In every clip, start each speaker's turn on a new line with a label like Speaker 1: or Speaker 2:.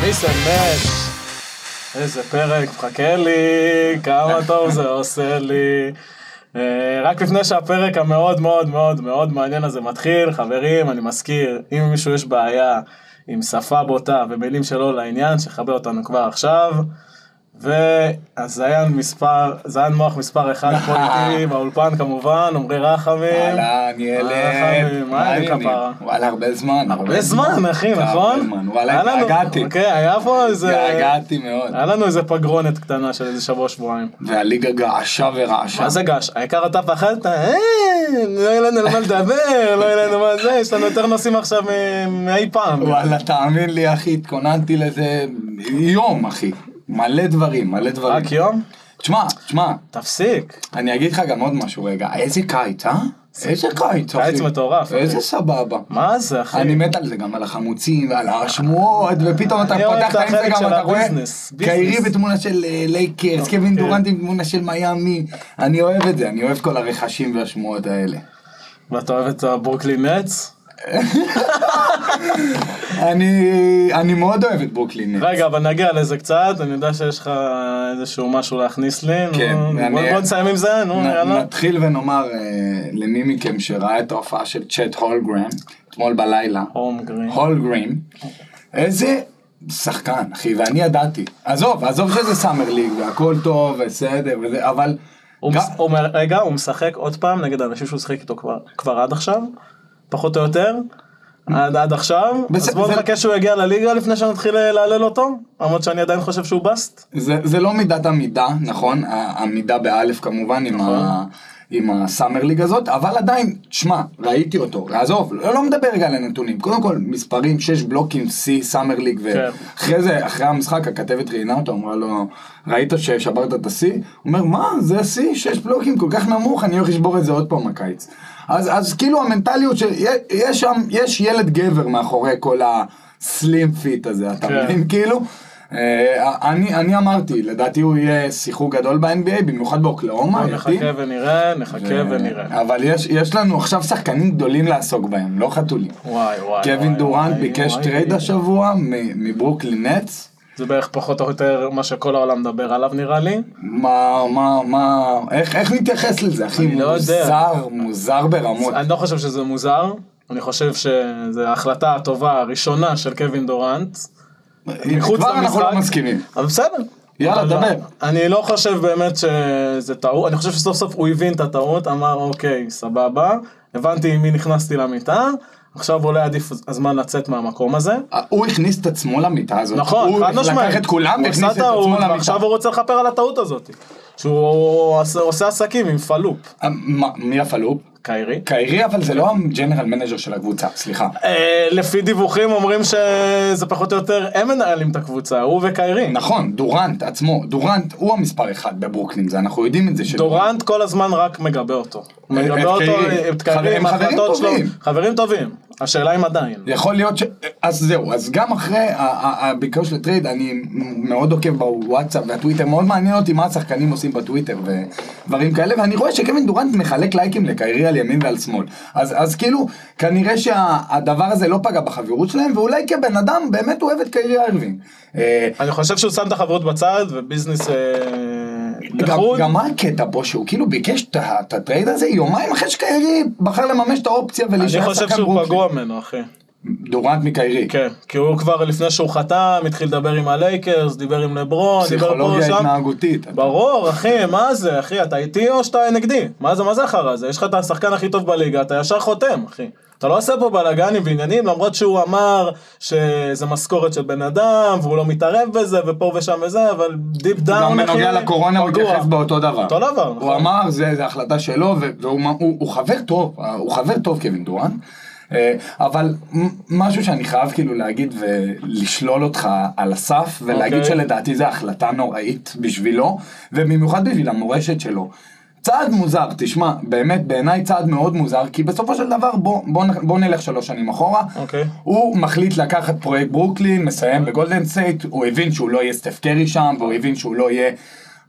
Speaker 1: Miss and Match. איזה פרק, חכה לי, כמה טוב זה עושה לי. אה, רק לפני שהפרק המאוד מאוד מאוד מאוד מעניין הזה מתחיל, חברים, אני מזכיר, אם למישהו יש בעיה עם שפה בוטה ומילים שלא לעניין, שיכבה אותנו כבר עכשיו. והזיין מספר, זיין מוח מספר אחד פה איתי באולפן כמובן, עמרי רחמים.
Speaker 2: אהלן, ילד.
Speaker 1: חביב, אה, מה העניינים, כפרה?
Speaker 2: וואלה, הרבה זמן.
Speaker 1: הרבה זמן אחי,
Speaker 2: הרבה
Speaker 1: נכון?
Speaker 2: זמן. וואלה,
Speaker 1: היה לנו-
Speaker 2: התגעגעתי.
Speaker 1: אוקיי, אה. היה פה איזה...
Speaker 2: התגעגעתי מאוד.
Speaker 1: היה לנו איזה פגרונת קטנה של איזה שבוע שבועיים.
Speaker 2: והליגה געשה ורעשה.
Speaker 1: מה זה גש? העיקר אתה פחדת, אה, לא יהיה לנו על מה לדבר, לא יהיה לנו מה זה, יש לנו יותר נושאים עכשיו מ- מאי פעם.
Speaker 2: וואלה, תאמין לי, אחי, התכוננתי לזה יום, אחי. מלא דברים, מלא דברים.
Speaker 1: רק יום?
Speaker 2: תשמע, תשמע,
Speaker 1: תפסיק.
Speaker 2: אני אגיד לך גם עוד משהו רגע. איזה קיץ, אה? איזה קיץ, אחי.
Speaker 1: קיץ מטורף, אחי.
Speaker 2: איזה סבבה.
Speaker 1: מה זה אחי?
Speaker 2: אני מת על זה גם על החמוצים ועל השמועות ופתאום אתה
Speaker 1: אני אוהב את
Speaker 2: פותח את האינסטגרם
Speaker 1: החלק של
Speaker 2: אתה רואה
Speaker 1: הביזנס, ביזנס.
Speaker 2: קיירי בתמונה של אה, לייקרס קווין
Speaker 1: כן.
Speaker 2: דורנט עם תמונה של מיאמי אני אוהב את זה אני אוהב כל הרכשים והשמועות האלה.
Speaker 1: ואתה אוהב את הברוקלין נץ?
Speaker 2: אני אני מאוד אוהב את ברוקלין. נטס.
Speaker 1: רגע, אבל נגיע לזה קצת, אני יודע שיש לך איזשהו משהו להכניס לי.
Speaker 2: כן,
Speaker 1: נו,
Speaker 2: אני-
Speaker 1: בוא- בוא נסיים עם זה, נו,
Speaker 2: נ-
Speaker 1: יאללה.
Speaker 2: נתחיל ונאמר אה, למי מכם שראה את ההופעה של צ'ט הולגרם אתמול בלילה
Speaker 1: הום גרין.
Speaker 2: הולגרין איזה שחקן אחי ואני ידעתי עזוב עזוב שזה סאמר ליג והכל טוב בסדר וזה אבל.
Speaker 1: הוא
Speaker 2: גם-
Speaker 1: מש- הוא אומר, רגע, הוא משחק עוד פעם נגד האנשים שהוא שיחק איתו כבר- כבר עד עכשיו, פחות או יותר, עד עד עכשיו, אז
Speaker 2: בסדר,
Speaker 1: בואו
Speaker 2: זה-
Speaker 1: נחכה שהוא יגיע לליגה לפני שנתחיל אה, להלל אותו, למרות שאני עדיין חושב שהוא בסט.
Speaker 2: זה, זה לא מידת המידה, נכון? ה- המידה באלף כמובן, עם, ה, עם הסאמר ליג הזאת, אבל עדיין, שמע, ראיתי אותו, עזוב, לא, לא מדבר רגע על הנתונים, קודם כל מספרים, 6 בלוקים, שיא סאמר ליג,
Speaker 1: כן.
Speaker 2: ואחרי זה, אחרי המשחק, הכתבת ראיינה אותו, אמרה לו, ראית ששברת את השיא? הוא אומר, מה, זה שיא, 6 בלוקים, כל כך נמוך, אני הולך לשבור את זה עוד פעם הקיץ. אז, אז כאילו המנטליות, שיש שם, יש ילד גבר מאחורי כל הסלים פיט הזה, אתה
Speaker 1: כן.
Speaker 2: מבין? כאילו, אה, אני, אני אמרתי, לדעתי הוא יהיה שיחוק גדול ב-NBA, במיוחד באוקלאומה,
Speaker 1: בואו
Speaker 2: לדעתי.
Speaker 1: נחכה ונראה, נחכה
Speaker 2: אה,
Speaker 1: ונראה.
Speaker 2: אבל יש, יש לנו עכשיו שחקנים גדולים לעסוק בהם, לא חתולים.
Speaker 1: וואי וואי. וואי,
Speaker 2: קווין דורנט
Speaker 1: וואי,
Speaker 2: ביקש
Speaker 1: וואי.
Speaker 2: טרייד השבוע מ- מברוקלין נטס.
Speaker 1: זה בערך פחות או יותר מה שכל העולם מדבר עליו נראה לי.
Speaker 2: מה, מה, מה, איך, איך נתייחס לזה, אחי?
Speaker 1: אני לא יודע.
Speaker 2: מוזר, מוזר ברמות.
Speaker 1: אני לא חושב שזה מוזר, אני חושב שזו ההחלטה הטובה הראשונה של קווין דורנט. אה, מחוץ
Speaker 2: כבר אנחנו
Speaker 1: למשחק.
Speaker 2: לא מסכימים.
Speaker 1: אבל בסדר.
Speaker 2: יאללה,
Speaker 1: אבל
Speaker 2: דבר.
Speaker 1: אני לא חושב באמת שזה טעות, אני חושב שסוף סוף הוא הבין את הטעות, אמר אוקיי, סבבה, הבנתי עם מי נכנסתי למיטה, עכשיו אולי עדיף הזמן לצאת מהמקום הזה.
Speaker 2: אה, הוא הכניס את עצמו למיטה הזאת.
Speaker 1: נכון, חד
Speaker 2: הוא
Speaker 1: משמעית.
Speaker 2: לקח את כולם
Speaker 1: הוא
Speaker 2: והכניס
Speaker 1: עשה
Speaker 2: את עצמו
Speaker 1: טעות,
Speaker 2: למיטה.
Speaker 1: ועכשיו הוא רוצה לכפר על הטעות הזאת. שהוא עושה- עושה עסקים עם פלופ,
Speaker 2: אה, מה, מי הפלופ?
Speaker 1: קיירי.
Speaker 2: קיירי, אבל זה לא הג'נרל מנג'ר של הקבוצה, סליחה.
Speaker 1: אה, לפי דיווחים אומרים שזה פחות או יותר הם מנהלים את הקבוצה, הוא וקיירי.
Speaker 2: נכון, דורנט עצמו, דורנט הוא המספר אחד בברוקלין, זה אנחנו יודעים את זה. שדורנט-
Speaker 1: דורנט כל הזמן רק מגבה אותו. הוא
Speaker 2: את
Speaker 1: מגבה אותו,
Speaker 2: קיירי.
Speaker 1: את קיירי
Speaker 2: אה,
Speaker 1: עם
Speaker 2: חברים- חברים
Speaker 1: ההחלטות שלו.
Speaker 2: טובים.
Speaker 1: חברים טובים. השאלה אם עדיין.
Speaker 2: יכול להיות ש... אז זהו, אז גם אחרי ה- ה- הביקוש לטרייד, אני מאוד עוקב בוואטסאפ והטוויטר, מאוד מעניין אותי מה השחקנים עושים בטוויטר ודברים כאלה, ואני רואה שקווין דורנט מחלק לייקים לקיירי על ימין ועל שמאל. אז, אז כאילו, כנראה שהדבר הזה לא פגע בחברות שלהם, ואולי כבן אדם באמת הוא אוהב את קיירי ארווין. אה,
Speaker 1: אני חושב שהוא שם את החברות בצד וביזנס אה,
Speaker 2: גם,
Speaker 1: לחוד.
Speaker 2: גם מה הקטע פה שהוא כאילו ביקש את ה- את הטרייד הזה יומיים אחרי שקיירי בחר לממש את האופציה
Speaker 1: אני
Speaker 2: ולהישאר
Speaker 1: חושב
Speaker 2: שחקן
Speaker 1: שהוא
Speaker 2: ברוקלין.
Speaker 1: פגוע ממנו אחי.
Speaker 2: דורנט מקיירי.
Speaker 1: כן. כי הוא כבר לפני שהוא חתם התחיל לדבר עם הלייקרס, דיבר עם לברון, דיבר פה
Speaker 2: פסיכולוגיה
Speaker 1: שם.
Speaker 2: התנהגותית.
Speaker 1: ברור אחי מה זה אחי אתה איתי או שאתה נגדי מה זה מה זה אחר הזה יש לך את השחקן הכי טוב בליגה אתה ישר חותם אחי אתה לא עושה פה בלאגנים ועניינים למרות שהוא אמר שזה משכורת של בן אדם והוא לא מתערב בזה ופה ושם וזה אבל דיפ דאון
Speaker 2: גם
Speaker 1: אחי
Speaker 2: בנוגע לקורונה הוא
Speaker 1: פגוע.
Speaker 2: התייחס באותו דבר.
Speaker 1: אותו דבר, נכון.
Speaker 2: הוא אמר, זה זה החלטה שלו, ו- והוא מ- הוא- הוא חבר טוב, אה, הוא חבר טוב קווין דורן. אה, אבל מ- משהו שאני חייב כאילו להגיד ולשלול אותך על הסף ולהגיד
Speaker 1: אוקיי.
Speaker 2: שלדעתי זו החלטה נוראית בשבילו ובמיוחד בשביל המורשת שלו. צעד מוזר, תשמע, באמת בעיניי צעד מאוד מוזר כי בסופו של דבר בוא, בוא, נ- בוא נלך שלוש שנים אחורה.
Speaker 1: אוקיי.
Speaker 2: הוא מחליט לקחת פרויקט ברוקלין, מסיים בגולדן סטייט, הוא הבין שהוא לא יהיה סטף קרי שם, והוא הבין שהוא לא יהיה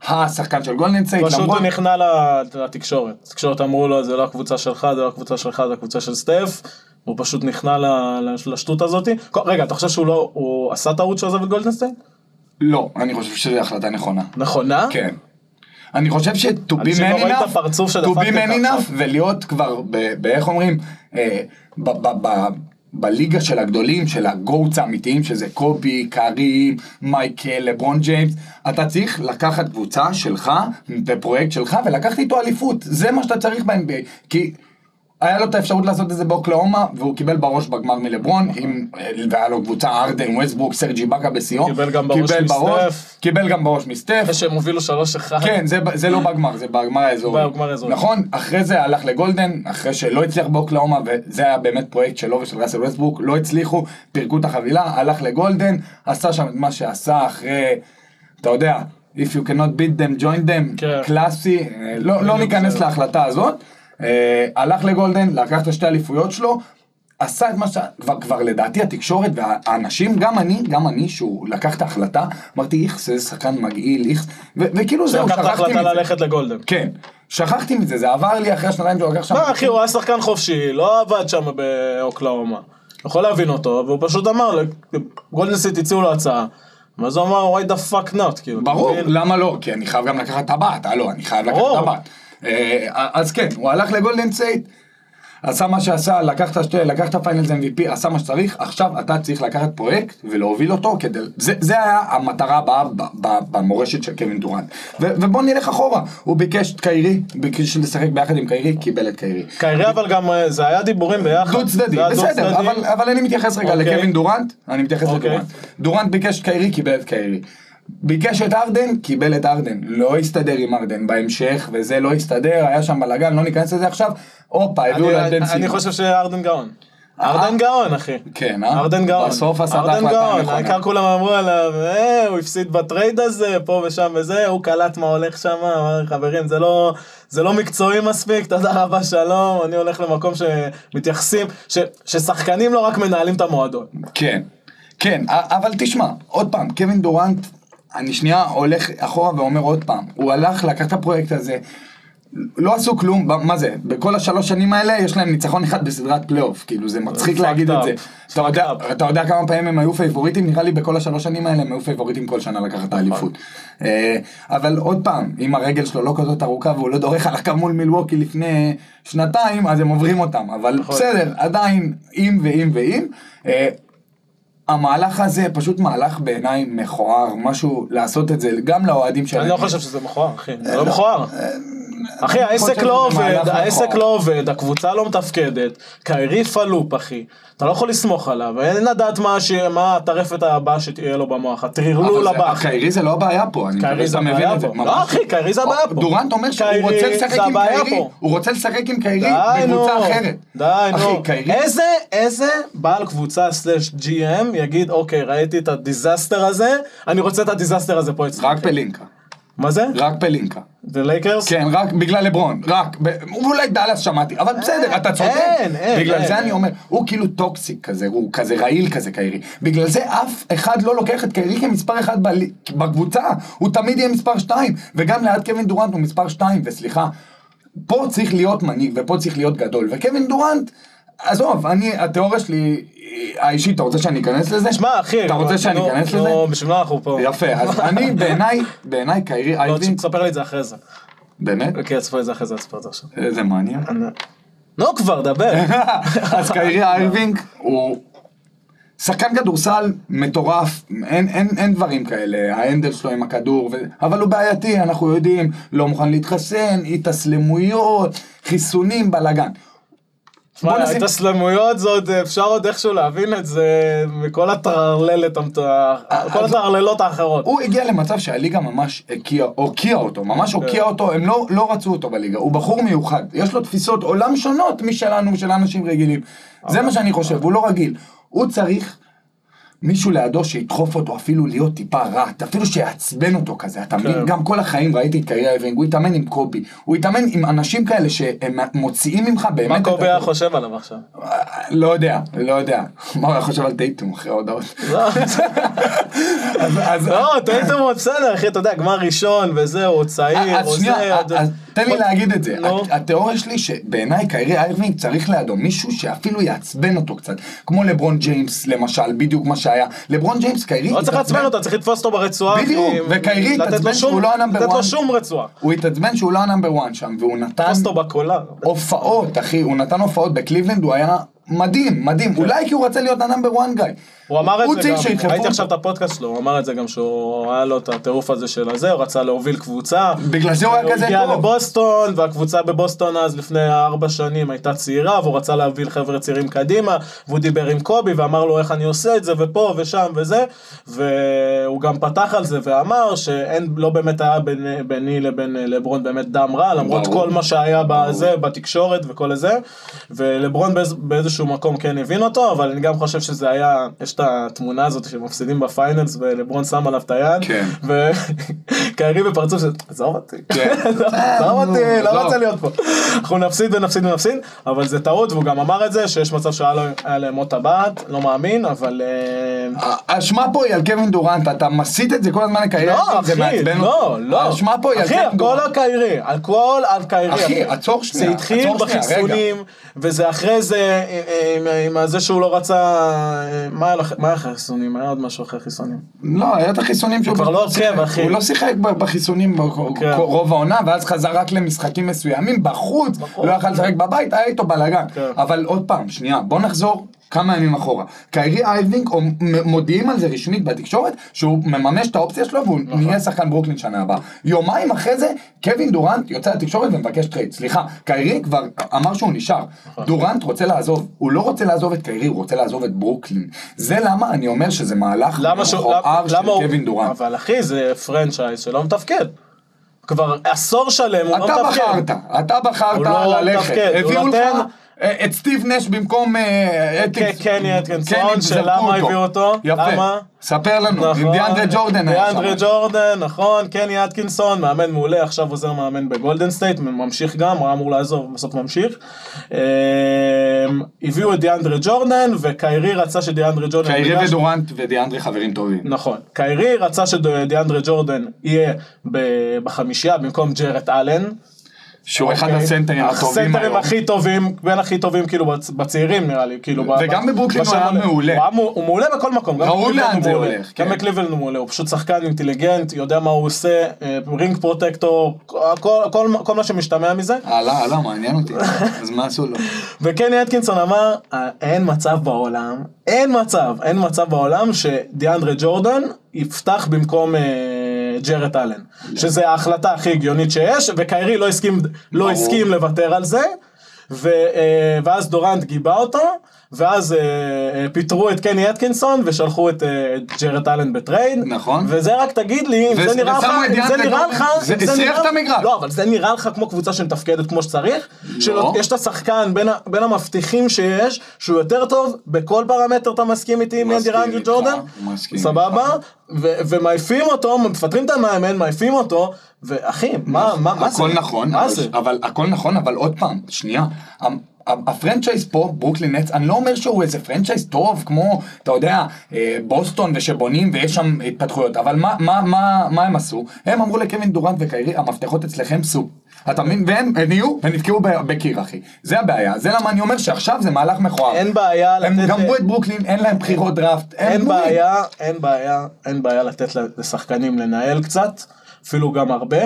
Speaker 2: השחקן של גולדן סטייט,
Speaker 1: פשוט
Speaker 2: למרות...
Speaker 1: הוא נכנע ל- לתקשורת התקשורת אמרו לו זה לא הקבוצה שלך זה לא הקבוצה שלך זה הקבוצה של סטף הוא פשוט נכנע ל- לש- לשטות הזאת. כל- רגע, אתה חושב שהוא לא, הוא עשה טעות שהוא עזב את גולדנשטיין?
Speaker 2: לא, אני חושב שזו החלטה נכונה.
Speaker 1: נכונה?
Speaker 2: כן. אני חושב ש-to be
Speaker 1: אנשים לא
Speaker 2: man
Speaker 1: רואים את
Speaker 2: enough,
Speaker 1: הפרצוף
Speaker 2: to
Speaker 1: שדפקת
Speaker 2: be man
Speaker 1: ככה.
Speaker 2: enough, ולהיות כבר, ב- באיך אומרים, אה, ב- ב- ב- בליגה של הגדולים, של הגוטס האמיתיים, שזה קובי, קארי, מייקל, לברון ג'יימס, אתה צריך לקחת קבוצה שלך, בפרויקט שלך, ולקחת איתו אליפות, זה מה שאתה צריך ב-NBA, כי... היה לו את האפשרות לעשות את זה באוקלאומה, והוא קיבל בראש בגמר מלברון, עם, אה, והיה לו קבוצה ארדן, ווסטברוק, סרג'י באקה בשיאו.
Speaker 1: קיבל גם בראש
Speaker 2: קיבל בראש-
Speaker 1: מסטף.
Speaker 2: קיבל גם בראש מסטף.
Speaker 1: אחרי שהם הובילו 3-1.
Speaker 2: כן, זה, ב- זה לא בגמר, זה בגמר האזורי.
Speaker 1: בגמר האזורי.
Speaker 2: נכון, אחרי זה הלך לגולדן, אחרי שלא הצליח באוקלאומה, וזה היה באמת פרויקט שלו ושל ראסל ווסטברוק, לא הצליחו, פירקו את החבילה, הלך לגולדן, עשה שם את מה שעשה אחרי, אתה יודע, If you cannot beat them, join them,
Speaker 1: כן.
Speaker 2: קלאסי, אה, לא, לא ניכנס להחלטה הזאת. אה, הלך לגולדן, לקח את השתי אליפויות שלו. עשה את מה ש... כבר, כבר לדעתי התקשורת והאנשים, גם אני, גם אני, שהוא לקח את ההחלטה, אמרתי איכס, איזה שחקן מגעיל, איכס, ו- וכאילו זהו,
Speaker 1: לקחת
Speaker 2: שכחתי
Speaker 1: החלטה
Speaker 2: מזה.
Speaker 1: ללכת לגולדן.
Speaker 2: כן, שכחתי מזה, זה עבר לי אחרי השנתיים שהוא לקח שם.
Speaker 1: מה אחי, הוא היה שחקן חופשי, לא עבד שם באוקלאומה. יכול להבין אותו, והוא פשוט אמר, גולדנסט הציעו לו הצעה. ואז הוא אמר, why the fuck not, כאילו. אתה
Speaker 2: ברור,
Speaker 1: מבין?
Speaker 2: למה לא? כי אני חייב גם לקחת טבעת, הלו, אני חייב לקחת
Speaker 1: ברור.
Speaker 2: טבעת. אה, אז כן, הוא הלך לגולדן סטייט, עשה מה שעשה, לקח את השתי, לקח את הפיינלס MVP, עשה מה שצריך, עכשיו אתה צריך לקחת פרויקט ולהוביל אותו כדי... זה, זה היה המטרה הבאה ב- ב- במורשת של קווין דורנט. ו- ובוא נלך אחורה, הוא ביקש את קיירי, ביקש לשחק ביחד עם קיירי, קיבל את קיירי.
Speaker 1: קיירי אבל גם, אה, זה היה דיבורים ביחד.
Speaker 2: דו צדדי,
Speaker 1: זה היה דו-צדדי.
Speaker 2: בסדר, אבל, אבל אני מתייחס רגע
Speaker 1: אוקיי.
Speaker 2: לקווין דורנט, אני מתייחס
Speaker 1: אוקיי.
Speaker 2: לדורנט. דורנט ביקש את קיירי, קיבל את קיירי. ביקש את ארדן, קיבל את ארדן. לא הסתדר עם ארדן בהמשך, וזה לא הסתדר, היה שם בלאגן, לא ניכנס לזה עכשיו. הופה, הביאו
Speaker 1: אני-
Speaker 2: לארדן
Speaker 1: אני חושב שארדן גאון.
Speaker 2: אה,
Speaker 1: ארדן גאון, אחי.
Speaker 2: כן, אה?
Speaker 1: ארדן גאון.
Speaker 2: בסוף עשה את
Speaker 1: ארדן
Speaker 2: ההחלטה
Speaker 1: גאון,
Speaker 2: הנכונה.
Speaker 1: העיקר כולם אמרו עליו, אה, הוא הפסיד בטרייד הזה, פה ושם וזה, הוא קלט מה הולך שם, אמר, חברים, זה לא, זה לא מקצועי מספיק, תודה רבה, שלום, אני הולך למקום שמתייחסים, ש, ששחקנים לא רק מנהלים את המועדון.
Speaker 2: כן, כן, א- אבל תשמע, עוד פעם, קווין דורנט, אני שנייה הולך אחורה ואומר עוד פעם, הוא הלך, לקח את הפרויקט הזה, לא עשו כלום, ב- מה זה, בכל השלוש שנים האלה יש להם ניצחון אחד בסדרת פלייאוף, כאילו זה מצחיק
Speaker 1: Fucked
Speaker 2: להגיד את
Speaker 1: up.
Speaker 2: זה. אתה יודע,
Speaker 1: Fucked up.
Speaker 2: אתה יודע כמה פעמים הם היו פייבוריטים? נראה לי בכל השלוש שנים האלה הם היו פייבוריטים כל שנה לקחת את
Speaker 1: נכון.
Speaker 2: האליפות. אה, אבל עוד פעם, אם הרגל שלו לא כזאת ארוכה והוא לא דורך על הקו מול מילווקי לפני שנתיים, אז הם עוברים אותם, אבל
Speaker 1: נכון.
Speaker 2: בסדר, עדיין אם ואם ואם. אה, המהלך הזה פשוט מהלך בעיניי מכוער, משהו לעשות את זה גם לאוהדים שלהם.
Speaker 1: אני לא חושב שזה מכוער, אחי, זה
Speaker 2: אה,
Speaker 1: לא מכוער. אחי, העסק
Speaker 2: חושב
Speaker 1: לא
Speaker 2: שזה
Speaker 1: עובד,
Speaker 2: מהלך
Speaker 1: העסק
Speaker 2: מכוער.
Speaker 1: לא עובד, הקבוצה לא מתפקדת, קיירי פלופ, אחי. אתה לא יכול לסמוך עליו, אין לדעת מה ש- מה הטרפת הבאה שתהיה לו במוח,
Speaker 2: אבל
Speaker 1: הטרלול
Speaker 2: זה-
Speaker 1: הבא, אחי.
Speaker 2: קיירי זה לא הבעיה פה, אני
Speaker 1: קיירי
Speaker 2: מקווה
Speaker 1: זה
Speaker 2: שאתה מבין
Speaker 1: הבעיה
Speaker 2: את זה.
Speaker 1: פה.
Speaker 2: ממש
Speaker 1: לא, אחי, קיירי זה הבעיה פה.
Speaker 2: דורנט אומר שהוא
Speaker 1: קיירי
Speaker 2: רוצה
Speaker 1: זה
Speaker 2: לשחק עם
Speaker 1: הבעיה
Speaker 2: קיירי,
Speaker 1: פה.
Speaker 2: הוא רוצה לשחק עם קיירי
Speaker 1: די נו,
Speaker 2: בקבוצה אחרת.
Speaker 1: די נו.
Speaker 2: אחי, קיירי,
Speaker 1: איזה, איזה בעל קבוצה סלאש GM יגיד, אוקיי, ראיתי את הדיזסטר הזה, אני רוצה את הדיזסטר הזה פה אצלי.
Speaker 2: רק פלינקה,
Speaker 1: מה זה?
Speaker 2: רק פלינקה.
Speaker 1: זה לייקרס?
Speaker 2: כן, רק בגלל לברון, רק, ב- אולי דאלאס שמעתי, אבל בסדר, אתה צודק.
Speaker 1: אה, אין, אין,
Speaker 2: בגלל
Speaker 1: אין.
Speaker 2: זה אני אומר, הוא כאילו טוקסיק כזה, הוא כזה רעיל כזה קיירי. בגלל זה אף אחד לא לוקח את קיירי כמספר אחד בלי- בקבוצה, הוא תמיד יהיה מספר שתיים, וגם ליד קווין דורנט הוא מספר שתיים, וסליחה, פה צריך להיות מנהיג, ופה צריך להיות גדול, וקווין דורנט... עזוב, אני, התיאוריה שלי, האישית, אתה רוצה שאני אכנס לזה?
Speaker 1: שמע, אחי. לא,
Speaker 2: אתה רוצה שאני
Speaker 1: נו,
Speaker 2: אכנס
Speaker 1: נו,
Speaker 2: לזה?
Speaker 1: בשביל מה אנחנו פה?
Speaker 2: יפה, אז אני, בעיניי, בעיניי קיירי
Speaker 1: לא,
Speaker 2: אייבינג,
Speaker 1: תספר לי את זה אחרי זה.
Speaker 2: באמת?
Speaker 1: אוקיי, אז תספר לי את זה אחרי זה, אז תספר את זה עכשיו.
Speaker 2: איזה מעניין.
Speaker 1: נו כבר, דבר.
Speaker 2: אז קיירי איירווינג הוא שחקן כדורסל מטורף, אין, אין, אין דברים כאלה, ההנדל שלו עם הכדור, ו... אבל הוא בעייתי, אנחנו יודעים, לא מוכן להתחסן, התאסלמויות, חיסונים, בלאגן.
Speaker 1: שמע,
Speaker 2: בוא נשים-
Speaker 1: התאסלמויות זה עוד, אפשר עוד איכשהו להבין את זה מכל הטרללת, המת- כל
Speaker 2: אז-
Speaker 1: הטרללות האחרות.
Speaker 2: אה, הוא הגיע למצב שהליגה ממש הקיאה- הוקיעה אותו, ממש הוקיעה אותו, הם לא, לא רצו אותו בליגה, הוא בחור מיוחד, יש לו תפיסות עולם שונות משלנו, של אנשים רגילים. זה מה שאני חושב, הוא לא רגיל. הוא צריך מישהו לידו שידחוף אותו אפילו להיות טיפה רעט, אפילו שיעצבן אותו כזה, אתה מבין? גם כל החיים ראיתי את קריירה אבינג, הוא התאמן עם קובי, הוא התאמן עם אנשים כאלה שהם מוציאים ממך באמת...
Speaker 1: מה
Speaker 2: את
Speaker 1: קובי
Speaker 2: הטוב. אה,
Speaker 1: היה חושב עליו עכשיו?
Speaker 2: לא יודע, לא יודע. מה הוא היה חושב על טייטום אחרי ההודעות?
Speaker 1: לא,
Speaker 2: אז- אז-
Speaker 1: לא, טעיתם עוד בסדר, אחי, אתה יודע, גמר ראשון, וזהו, עוד צעיר,
Speaker 2: אז
Speaker 1: עוד
Speaker 2: אה, שנייה,
Speaker 1: אה, זה, עוד...
Speaker 2: אז תן לי להגיד את זה. אה,
Speaker 1: נו.
Speaker 2: הת- התיאוריה שלי שבעיניי קיירי איירווינג צריך לידו מישהו שאפילו יעצבן אותו קצת. כמו לברון ג'יימס למשל, בדיוק מה שהיה. לברון גיימס, קיירי...
Speaker 1: לא צריך לעצבן אותו, צריך לתפוס אותו ברצועה.
Speaker 2: אה, בדיוק,
Speaker 1: כי-
Speaker 2: וקיירי
Speaker 1: לתת לו
Speaker 2: התעצבן
Speaker 1: שום-
Speaker 2: שהוא לא הנאמבר
Speaker 1: לתת
Speaker 2: וואן.
Speaker 1: לו שום רצועה.
Speaker 2: הוא התעצבן שהוא לא הנאמבר 1 שם, והוא נתן
Speaker 1: לתפוס אותו בקולה.
Speaker 2: הופעות, אחי. הוא נתן הופעות בקליבלנד, הוא היה מדהים, מדהים. אולי כי הוא רצה להיות הנאמבר 1 גיא.
Speaker 1: כן. הוא אמר את
Speaker 2: הוא
Speaker 1: זה
Speaker 2: צריך
Speaker 1: גם,
Speaker 2: שידחפו
Speaker 1: ראיתי
Speaker 2: אותו.
Speaker 1: עכשיו את הפודקאסט שלו, הוא אמר את זה גם שהוא היה לו את הטירוף הזה של הזה, הוא רצה להוביל קבוצה.
Speaker 2: בגלל זה הוא היה כזה
Speaker 1: הגיע
Speaker 2: טוב.
Speaker 1: לבוסטון, והקבוצה בבוסטון אז לפני ארבע שנים הייתה צעירה, והוא רצה להוביל חבר'ה צעירים קדימה, והוא דיבר עם קובי ואמר לו איך אני עושה את זה, ופה ושם וזה, והוא גם פתח על זה ואמר שאין, לא באמת היה בין, ביני לבין אה, לברון באמת דם רע, למרות
Speaker 2: ברור.
Speaker 1: כל מה שהיה בזה, בתקשורת וכל זה, ולברון באיז, באיזשהו מקום כן הבין אותו, אבל אני גם חושב שזה היה, יש את התמונה הזאת שמפסידים בפיינלס, ולברון שם עליו את היד,
Speaker 2: כן.
Speaker 1: וקיירי בפרצוף של עזוב אותי,
Speaker 2: כן.
Speaker 1: עזוב אותי, לא
Speaker 2: עזוב.
Speaker 1: רוצה להיות פה. אנחנו נפסיד ונפסיד ונפסיד, אבל זה טעות, והוא גם אמר את זה, שיש מצב שהיה לו- היה להם עוד טבעת, לא מאמין, אבל... אה,
Speaker 2: האשמה פה היא על קווין דורנט, אתה מסיט את זה כל הזמן לקיירי
Speaker 1: לא,
Speaker 2: איירווינג, אה, זה
Speaker 1: אחי,
Speaker 2: מעצבן
Speaker 1: לא,
Speaker 2: אותי.
Speaker 1: לא.
Speaker 2: האשמה פה היא על
Speaker 1: אחי,
Speaker 2: קווין
Speaker 1: הכל
Speaker 2: דורנט.
Speaker 1: על קיירי, הכל על קיירי.
Speaker 2: אחי, עצור שנייה,
Speaker 1: זה התחיל
Speaker 2: עצור שנייה, רגע.
Speaker 1: בחיסונים, וזה אחרי זה, עם- עם- עם עם זה שהוא לא רצה... אה, מה היה לח- מה היה החיסונים? היה עוד משהו אחרי חיסונים.
Speaker 2: לא, היה את החיסונים שהוא...
Speaker 1: הוא כבר לא
Speaker 2: שיחק.
Speaker 1: הרכב, אחי.
Speaker 2: הוא לא שיחק ב- בחיסונים ב-
Speaker 1: כן.
Speaker 2: רוב העונה, ואז חזר רק למשחקים מסוימים בחוץ,
Speaker 1: בחוץ.
Speaker 2: לא יכל לשחק בבית, היה איתו בלאגן.
Speaker 1: כן.
Speaker 2: אבל עוד פעם, שנייה, בוא נחזור. כמה ימים אחורה. קיירי אייבינג, או מ- מודיעים על זה רשמית בתקשורת, שהוא מממש את האופציה שלו והוא
Speaker 1: נכון.
Speaker 2: נהיה שחקן ברוקלין שנה הבאה. יומיים אחרי זה, קווין דורנט יוצא לתקשורת ומבקש טרייד. סליחה, קיירי כבר אמר שהוא נשאר.
Speaker 1: נכון.
Speaker 2: דורנט רוצה לעזוב. הוא לא רוצה לעזוב את קיירי, הוא רוצה לעזוב את ברוקלין. זה למה אני אומר שזה מהלך
Speaker 1: למה שהוא...
Speaker 2: מכוער
Speaker 1: למה-
Speaker 2: של
Speaker 1: למה הוא...
Speaker 2: קווין דורנט.
Speaker 1: אבל אחי, זה פרנצ'ייז שלא מתפקד. כבר עשור שלם הוא
Speaker 2: אתה
Speaker 1: לא מתפקד.
Speaker 2: בחרת, אתה בחרת
Speaker 1: הוא לא
Speaker 2: ללכת.
Speaker 1: מתפקד, הוא
Speaker 2: הביאו לך
Speaker 1: נותן-
Speaker 2: אה, את סטיב נש במקום אה,
Speaker 1: כן,
Speaker 2: אטינס.
Speaker 1: קני אטקינסון,
Speaker 2: קני,
Speaker 1: שלמה
Speaker 2: זרקו
Speaker 1: הביאו אותו?
Speaker 2: יפה.
Speaker 1: למה? נכון.
Speaker 2: ספר לנו, עם דיאנדרה ג'ורדן היה
Speaker 1: דיאנדרה
Speaker 2: שם.
Speaker 1: ג'ורדן, נכון, קני אטקינסון, מאמן מעולה, עכשיו עוזר מאמן בגולדן סטייט, ממשיך גם, הוא היה אמור לעזוב, בסוף ממשיך. אמ, הביאו את דיאנדרה ג'ורדן, וקיירי רצה שדיאנדרה ג'ורדן...
Speaker 2: קיירי
Speaker 1: בגלל ש-
Speaker 2: ודורנט ודיאנדרה חברים טובים.
Speaker 1: נכון. קיירי רצה שדיאנדרה ג'ורדן יהיה ב- בחמישייה במקום ג'רד אלן.
Speaker 2: שהוא אחד
Speaker 1: אוקיי.
Speaker 2: הסנטרים הטובים
Speaker 1: הסנטרים
Speaker 2: היום.
Speaker 1: הכי טובים, בין הכי טובים כאילו בצ- בצעירים נראה לי, כאילו. ב-
Speaker 2: וגם
Speaker 1: ב-
Speaker 2: בברוקלין הוא
Speaker 1: בשם
Speaker 2: היה
Speaker 1: הזה.
Speaker 2: מעולה.
Speaker 1: הוא היה מו- הוא מעולה בכל מקום. גם
Speaker 2: ראו
Speaker 1: בקליבלנד
Speaker 2: לאן
Speaker 1: הוא
Speaker 2: זה
Speaker 1: מעולה.
Speaker 2: הולך,
Speaker 1: גם
Speaker 2: כן.
Speaker 1: בקליבלנד הוא מעולה, הוא פשוט שחקן אינטליגנט, יודע מה הוא עושה, אה, רינג פרוטקטור, הכל- הכל כל מה שמשתמע מזה.
Speaker 2: עלה, עלה, אה, לא, מעניין אותי. אז מה עשו לו?
Speaker 1: וקני אטקינסון אמר, "אה, אין מצב בעולם, אין מצב, אין מצב בעולם שדיאנדרה ג'ורדן יפתח במקום אה, ג'רד אלן. שזה ההחלטה הכי הגיונית שיש, וקיירי לא הסכים, לא
Speaker 2: ברור.
Speaker 1: הסכים לוותר על זה, ו, אה, ואז דורנט גיבה אותו, ואז אה, אה, פיטרו את קני אטקינסון ושלחו את אה, את ג'רד אלן בטרייד.
Speaker 2: נכון.
Speaker 1: וזה רק תגיד לי, אם
Speaker 2: ו-
Speaker 1: זה נראה לך,
Speaker 2: ושמו את
Speaker 1: אם זה
Speaker 2: דיאנדרה
Speaker 1: נראה
Speaker 2: ג'ורדן.
Speaker 1: לך,
Speaker 2: זה
Speaker 1: אם זה
Speaker 2: הסריח
Speaker 1: נראה-
Speaker 2: את המגרש.
Speaker 1: לא, אבל זה נראה לך כמו קבוצה שמתפקדת כמו שצריך?
Speaker 2: לא.
Speaker 1: שלא- יש את השחקן בין, ה- בין המבטיחים שיש, שהוא יותר טוב, בכל פרמטר אתה מסכים איתי עם אנדי
Speaker 2: מסכים
Speaker 1: רנגל
Speaker 2: איתך,
Speaker 1: ג'ורדן?
Speaker 2: מסכים
Speaker 1: סבבה? ו- ומעיפים אותו, מפטרים את המאמן, מעיפים אותו, ואחי, מה, מה, מה זה?
Speaker 2: הכל נכון,
Speaker 1: מה
Speaker 2: אבל-
Speaker 1: זה?
Speaker 2: אבל הכל נכון, אבל עוד פעם, שנייה. ה- ה- הפרנצ'ייז פה, ברוקלין נץ, אני לא אומר שהוא איזה פרנצ'ייז טוב, כמו, אתה יודע, אה, בוסטון ושבונים ויש שם התפתחויות, אבל מה, מה, מה, מה הם עשו? הם אמרו לקווין דורנט וקיירי, המפתחות אצלכם סו. אתה מבין? והם נהיו, ונתקעו ב- בקיר, אחי. זה הבעיה, זה למה אני אומר שעכשיו זה מהלך מכוער.
Speaker 1: אין בעיה
Speaker 2: הם
Speaker 1: לתת- אה,
Speaker 2: גמרו את ברוקלין, אין להם בחירות דראפט. הם
Speaker 1: אין
Speaker 2: גמורים.
Speaker 1: בעיה, אין בעיה, אין בעיה לתת לשחקנים לנהל קצת, אפילו גם הרבה.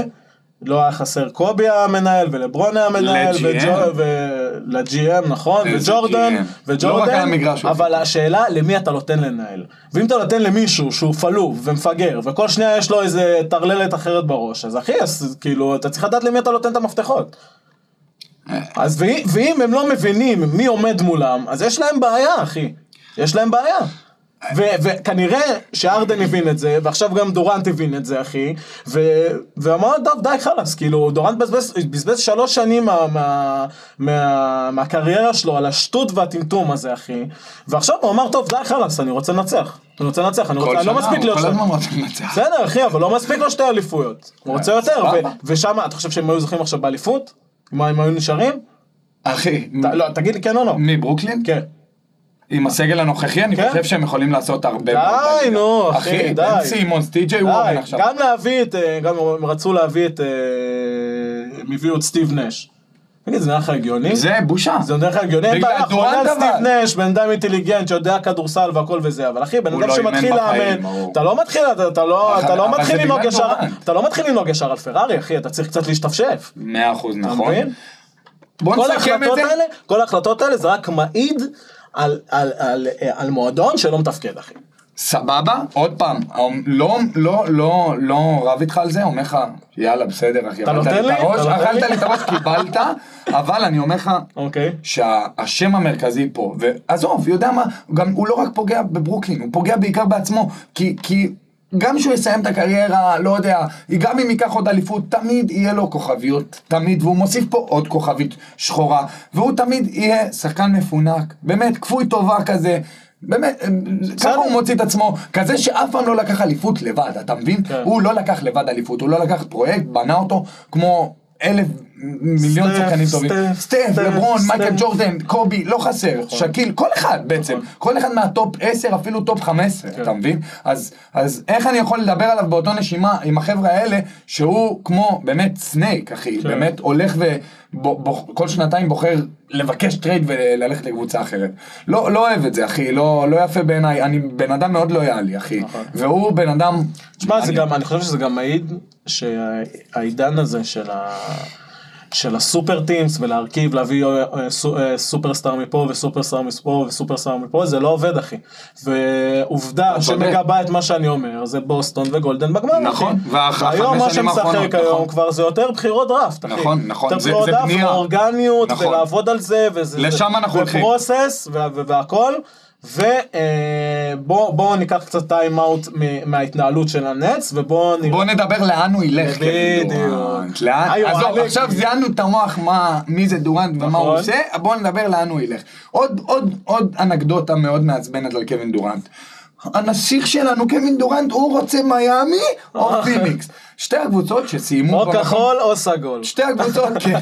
Speaker 1: לא היה חסר קובי המנהל ולברון היה מנהל
Speaker 2: ל-GM.
Speaker 1: ול-GM נכון
Speaker 2: איזה
Speaker 1: וג'ורדן
Speaker 2: GM. לא רק על
Speaker 1: וג'ורדן
Speaker 2: המגרש הוא
Speaker 1: אבל
Speaker 2: חיכה.
Speaker 1: השאלה למי אתה נותן לנהל ואם אתה נותן למישהו שהוא פלוב ומפגר וכל שנייה יש לו איזה טרללת אחרת בראש אז אחי אז כאילו אתה צריך לדעת למי אתה נותן את המפתחות. אז ואי- ואם הם לא מבינים מי עומד מולם, אז יש להם בעיה, אחי. יש להם בעיה. ו- וכנראה שארדן הבין את זה, ועכשיו גם דורנט הבין את זה, אחי, ו- ואמר, טוב, די, חלאס, כאילו, דורנט בזבז, בזבז שלוש שנים מה, מה, מה, מהקריירה שלו על השטות והטמטום הזה, אחי, ועכשיו הוא אמר, טוב, די, חלאס, אני רוצה לנצח. אני רוצה לנצח, אני,
Speaker 2: כל
Speaker 1: רוצה, אני לא
Speaker 2: שנה,
Speaker 1: מספיק להיות
Speaker 2: כל
Speaker 1: שם.
Speaker 2: הזמן רוצים לנצח.
Speaker 1: בסדר אחי, אבל לא מספיק לו שתי אליפויות. הוא רוצה יותר,
Speaker 2: אה, סבבה.
Speaker 1: ו- ושם, אתה חושב שהם היו זוכים עכשיו באליפות? מה, הם היו נשארים?
Speaker 2: אחי,
Speaker 1: ת- לא, תגיד לי כן או לא.
Speaker 2: מברוקלין?
Speaker 1: כן.
Speaker 2: עם הסגל הנוכחי, אני
Speaker 1: כן.
Speaker 2: חושב שהם יכולים לעשות הרבה מאוד.
Speaker 1: די,
Speaker 2: בליגה.
Speaker 1: נו, אחי, די.
Speaker 2: בן סימונס, טי.ג'יי וורן
Speaker 1: די,
Speaker 2: עכשיו.
Speaker 1: גם להביא את, אה, גם הם רצו להביא את, אה, הם הביאו את סטיב נש. תגיד, זה נראה לך הגיוני?
Speaker 2: זה בושה.
Speaker 1: זה נראה לך הגיוני? אין
Speaker 2: בגלל
Speaker 1: בעיה,
Speaker 2: דורנט
Speaker 1: חולה
Speaker 2: אבל.
Speaker 1: סטיב נש, בן אדם אינטליגנט שיודע כדורסל והכל וזה, אבל אחי, בן
Speaker 2: הוא
Speaker 1: אדם
Speaker 2: לא אימן
Speaker 1: שמתחיל
Speaker 2: בחיים,
Speaker 1: לאמן,
Speaker 2: ברור.
Speaker 1: אתה לא מתחיל, אתה- אתה לא-
Speaker 2: אבל-
Speaker 1: אתה לא
Speaker 2: אבל
Speaker 1: מתחיל
Speaker 2: זה
Speaker 1: לנהוג
Speaker 2: בגלל
Speaker 1: ישר,
Speaker 2: דורנט.
Speaker 1: אתה לא מתחיל לנהוג ישר על פרארי, אחי, אתה צריך קצת להשתפשף.
Speaker 2: מאה אחוז
Speaker 1: אתה
Speaker 2: נכון.
Speaker 1: מבין?
Speaker 2: בוא
Speaker 1: כל
Speaker 2: נסכם את
Speaker 1: ההחלטות
Speaker 2: זה.
Speaker 1: האלה, כל ההחלטות האלה זה רק מעיד על- על- על- אה, על מועדון שלא מתפקד, אחי.
Speaker 2: סבבה, עוד פעם, האומ- לא, לא, לא, לא רב איתך על זה, אומר לך, יאללה בסדר אחי,
Speaker 1: אתה
Speaker 2: אכלת
Speaker 1: נותן לי?
Speaker 2: את הראש,
Speaker 1: אתה נותן
Speaker 2: אכלת
Speaker 1: לי?
Speaker 2: לי את הראש, קיבלת, אבל אני אומר לך,
Speaker 1: אוקיי.
Speaker 2: שהשם המרכזי פה, ועזוב, יודע מה, גם הוא לא רק פוגע בברוקלין, הוא פוגע בעיקר בעצמו, כי, כי גם כשהוא יסיים את הקריירה, לא יודע, גם אם ייקח עוד אליפות, תמיד יהיה לו כוכביות, תמיד, והוא מוסיף פה עוד כוכבית שחורה, והוא תמיד יהיה שחקן מפונק, באמת, כפוי טובה כזה. באמת, ככה הוא מוציא את עצמו, כזה שאף פעם לא לקח אליפות לבד, אתה מבין?
Speaker 1: כן.
Speaker 2: הוא לא לקח לבד אליפות, הוא לא לקח פרויקט, בנה אותו כמו אלף מיליון
Speaker 1: סטף,
Speaker 2: שחקנים טובים.
Speaker 1: סטף,
Speaker 2: סטף,
Speaker 1: סטף,
Speaker 2: לברון, מייקל
Speaker 1: סטף. נכון.
Speaker 2: ג'ורדן, קובי, לא חסר, שקיל, כל אחד בעצם, כל אחד מהטופ 10, אפילו טופ 15,
Speaker 1: כן.
Speaker 2: אתה מבין? אז אז איך אני יכול לדבר עליו באותו נשימה עם החבר'ה האלה, שהוא כמו באמת סנייק, אחי,
Speaker 1: כן.
Speaker 2: באמת הולך וכל שנתיים בוחר לבקש טרייד וללכת לקבוצה אחרת. לא לא אוהב את זה, אחי, לא לא יפה בעיניי, אני בן אדם מאוד לויאלי, אחי, והוא בן אדם...
Speaker 1: נכון. תשמע, זה
Speaker 2: אני-
Speaker 1: גם, אני חושב שזה גם מעיד שהעידן הזה של ה... של הסופר טימס ולהרכיב, להביא אה, אה, סו- אה, סופרסטאר מפה וסופרסטאר מפה וסופרסטאר מפה, זה לא עובד אחי. ועובדה
Speaker 2: אתה צודק.
Speaker 1: שמגבה את מה שאני אומר, זה בוסטון וגולדן בגמר. אחי.
Speaker 2: נכון, והח-
Speaker 1: היום
Speaker 2: החמש
Speaker 1: מה
Speaker 2: שנים האחרונות,
Speaker 1: שמשחק
Speaker 2: נכון.
Speaker 1: היום כבר זה יותר בחירות דראפט, אחי.
Speaker 2: נכון, נכון, זה-
Speaker 1: יותר בחירות
Speaker 2: זה
Speaker 1: דראפט,
Speaker 2: בנייה.
Speaker 1: אורגניות,
Speaker 2: נכון.
Speaker 1: ולעבוד על זה, וזה...
Speaker 2: לשם אנחנו הולכים.
Speaker 1: פרוסס והכל. ובואו ניקח קצת טיים אאוט מההתנהלות של הנץ ובואו נראה.
Speaker 2: בוא נדבר לאן הוא ילך, קווין
Speaker 1: בדיוק.
Speaker 2: דורנט. לאן,
Speaker 1: היו,
Speaker 2: עזוב,
Speaker 1: אלגרי.
Speaker 2: עכשיו זיהנו את המוח מה, מי זה דורנט ומה
Speaker 1: נכון.
Speaker 2: הוא עושה, בוא נדבר לאן הוא ילך. עוד, עוד, עוד אנקדוטה מאוד מעצבנת על קווין דורנט. הנסיך שלנו, קווין דורנט, הוא רוצה מיאמי או פיניקס. שתי הקבוצות שסיימו
Speaker 1: או
Speaker 2: במקום-
Speaker 1: אה. כחול או סגול.
Speaker 2: שתי הקבוצות, כן.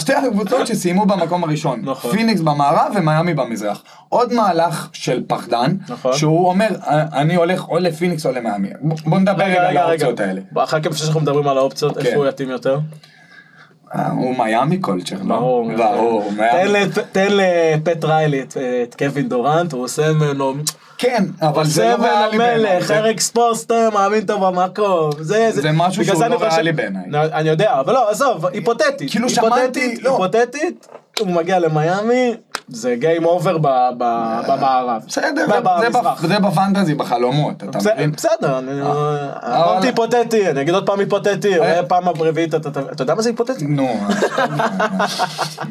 Speaker 2: שתי הקבוצות שסיימו במקום הראשון.
Speaker 1: נכון.
Speaker 2: פיניקס במערב ומיאמי במזרח. עוד מהלך של פחדן,
Speaker 1: נכון.
Speaker 2: שהוא אומר, אני הולך או לפיניקס או למיאמי. ב- בוא נדבר רגע על האופציות האלה. כן.
Speaker 1: אחר כך לפני שאנחנו מדברים על האופציות, איפה הוא יתאים יותר?
Speaker 2: אה, הוא מיאמי קולצ'ר, לא? ברור,
Speaker 1: כן. תן
Speaker 2: מיאמי.
Speaker 1: ל- תן לפט ריילי את- אה, את קווין דורנט, הוא עושה ממנו...
Speaker 2: כן, אבל זה לא
Speaker 1: סבל
Speaker 2: ריאלי בעיניי.
Speaker 1: המלך,
Speaker 2: זה-
Speaker 1: אריק ספורסטר, מאמין טוב במקום. זה
Speaker 2: זה משהו
Speaker 1: בגלל
Speaker 2: שהוא
Speaker 1: זה
Speaker 2: לא
Speaker 1: אני חושב-
Speaker 2: ריאלי בעיניי.
Speaker 1: לא, אני יודע, אבל לא, עזוב, היפותטית.
Speaker 2: כאילו
Speaker 1: היפותטית,
Speaker 2: שמעתי- לא.
Speaker 1: היפותטית, הוא מגיע למיאמי, זה גיים אובר ב- ב- במערב.
Speaker 2: אה, בסדר,
Speaker 1: ב-
Speaker 2: זה- זה
Speaker 1: במזרח.
Speaker 2: ב- זה בפנטזי, בחלומות, אתה
Speaker 1: בסדר,
Speaker 2: מבין? אה,
Speaker 1: בסדר, אני- אמרתי היפותטי, אני אגיד עוד פעם היפותטי, אולי פעם הרביעית, אתה- אתה אתה יודע מה זה היפותטי?
Speaker 2: נו,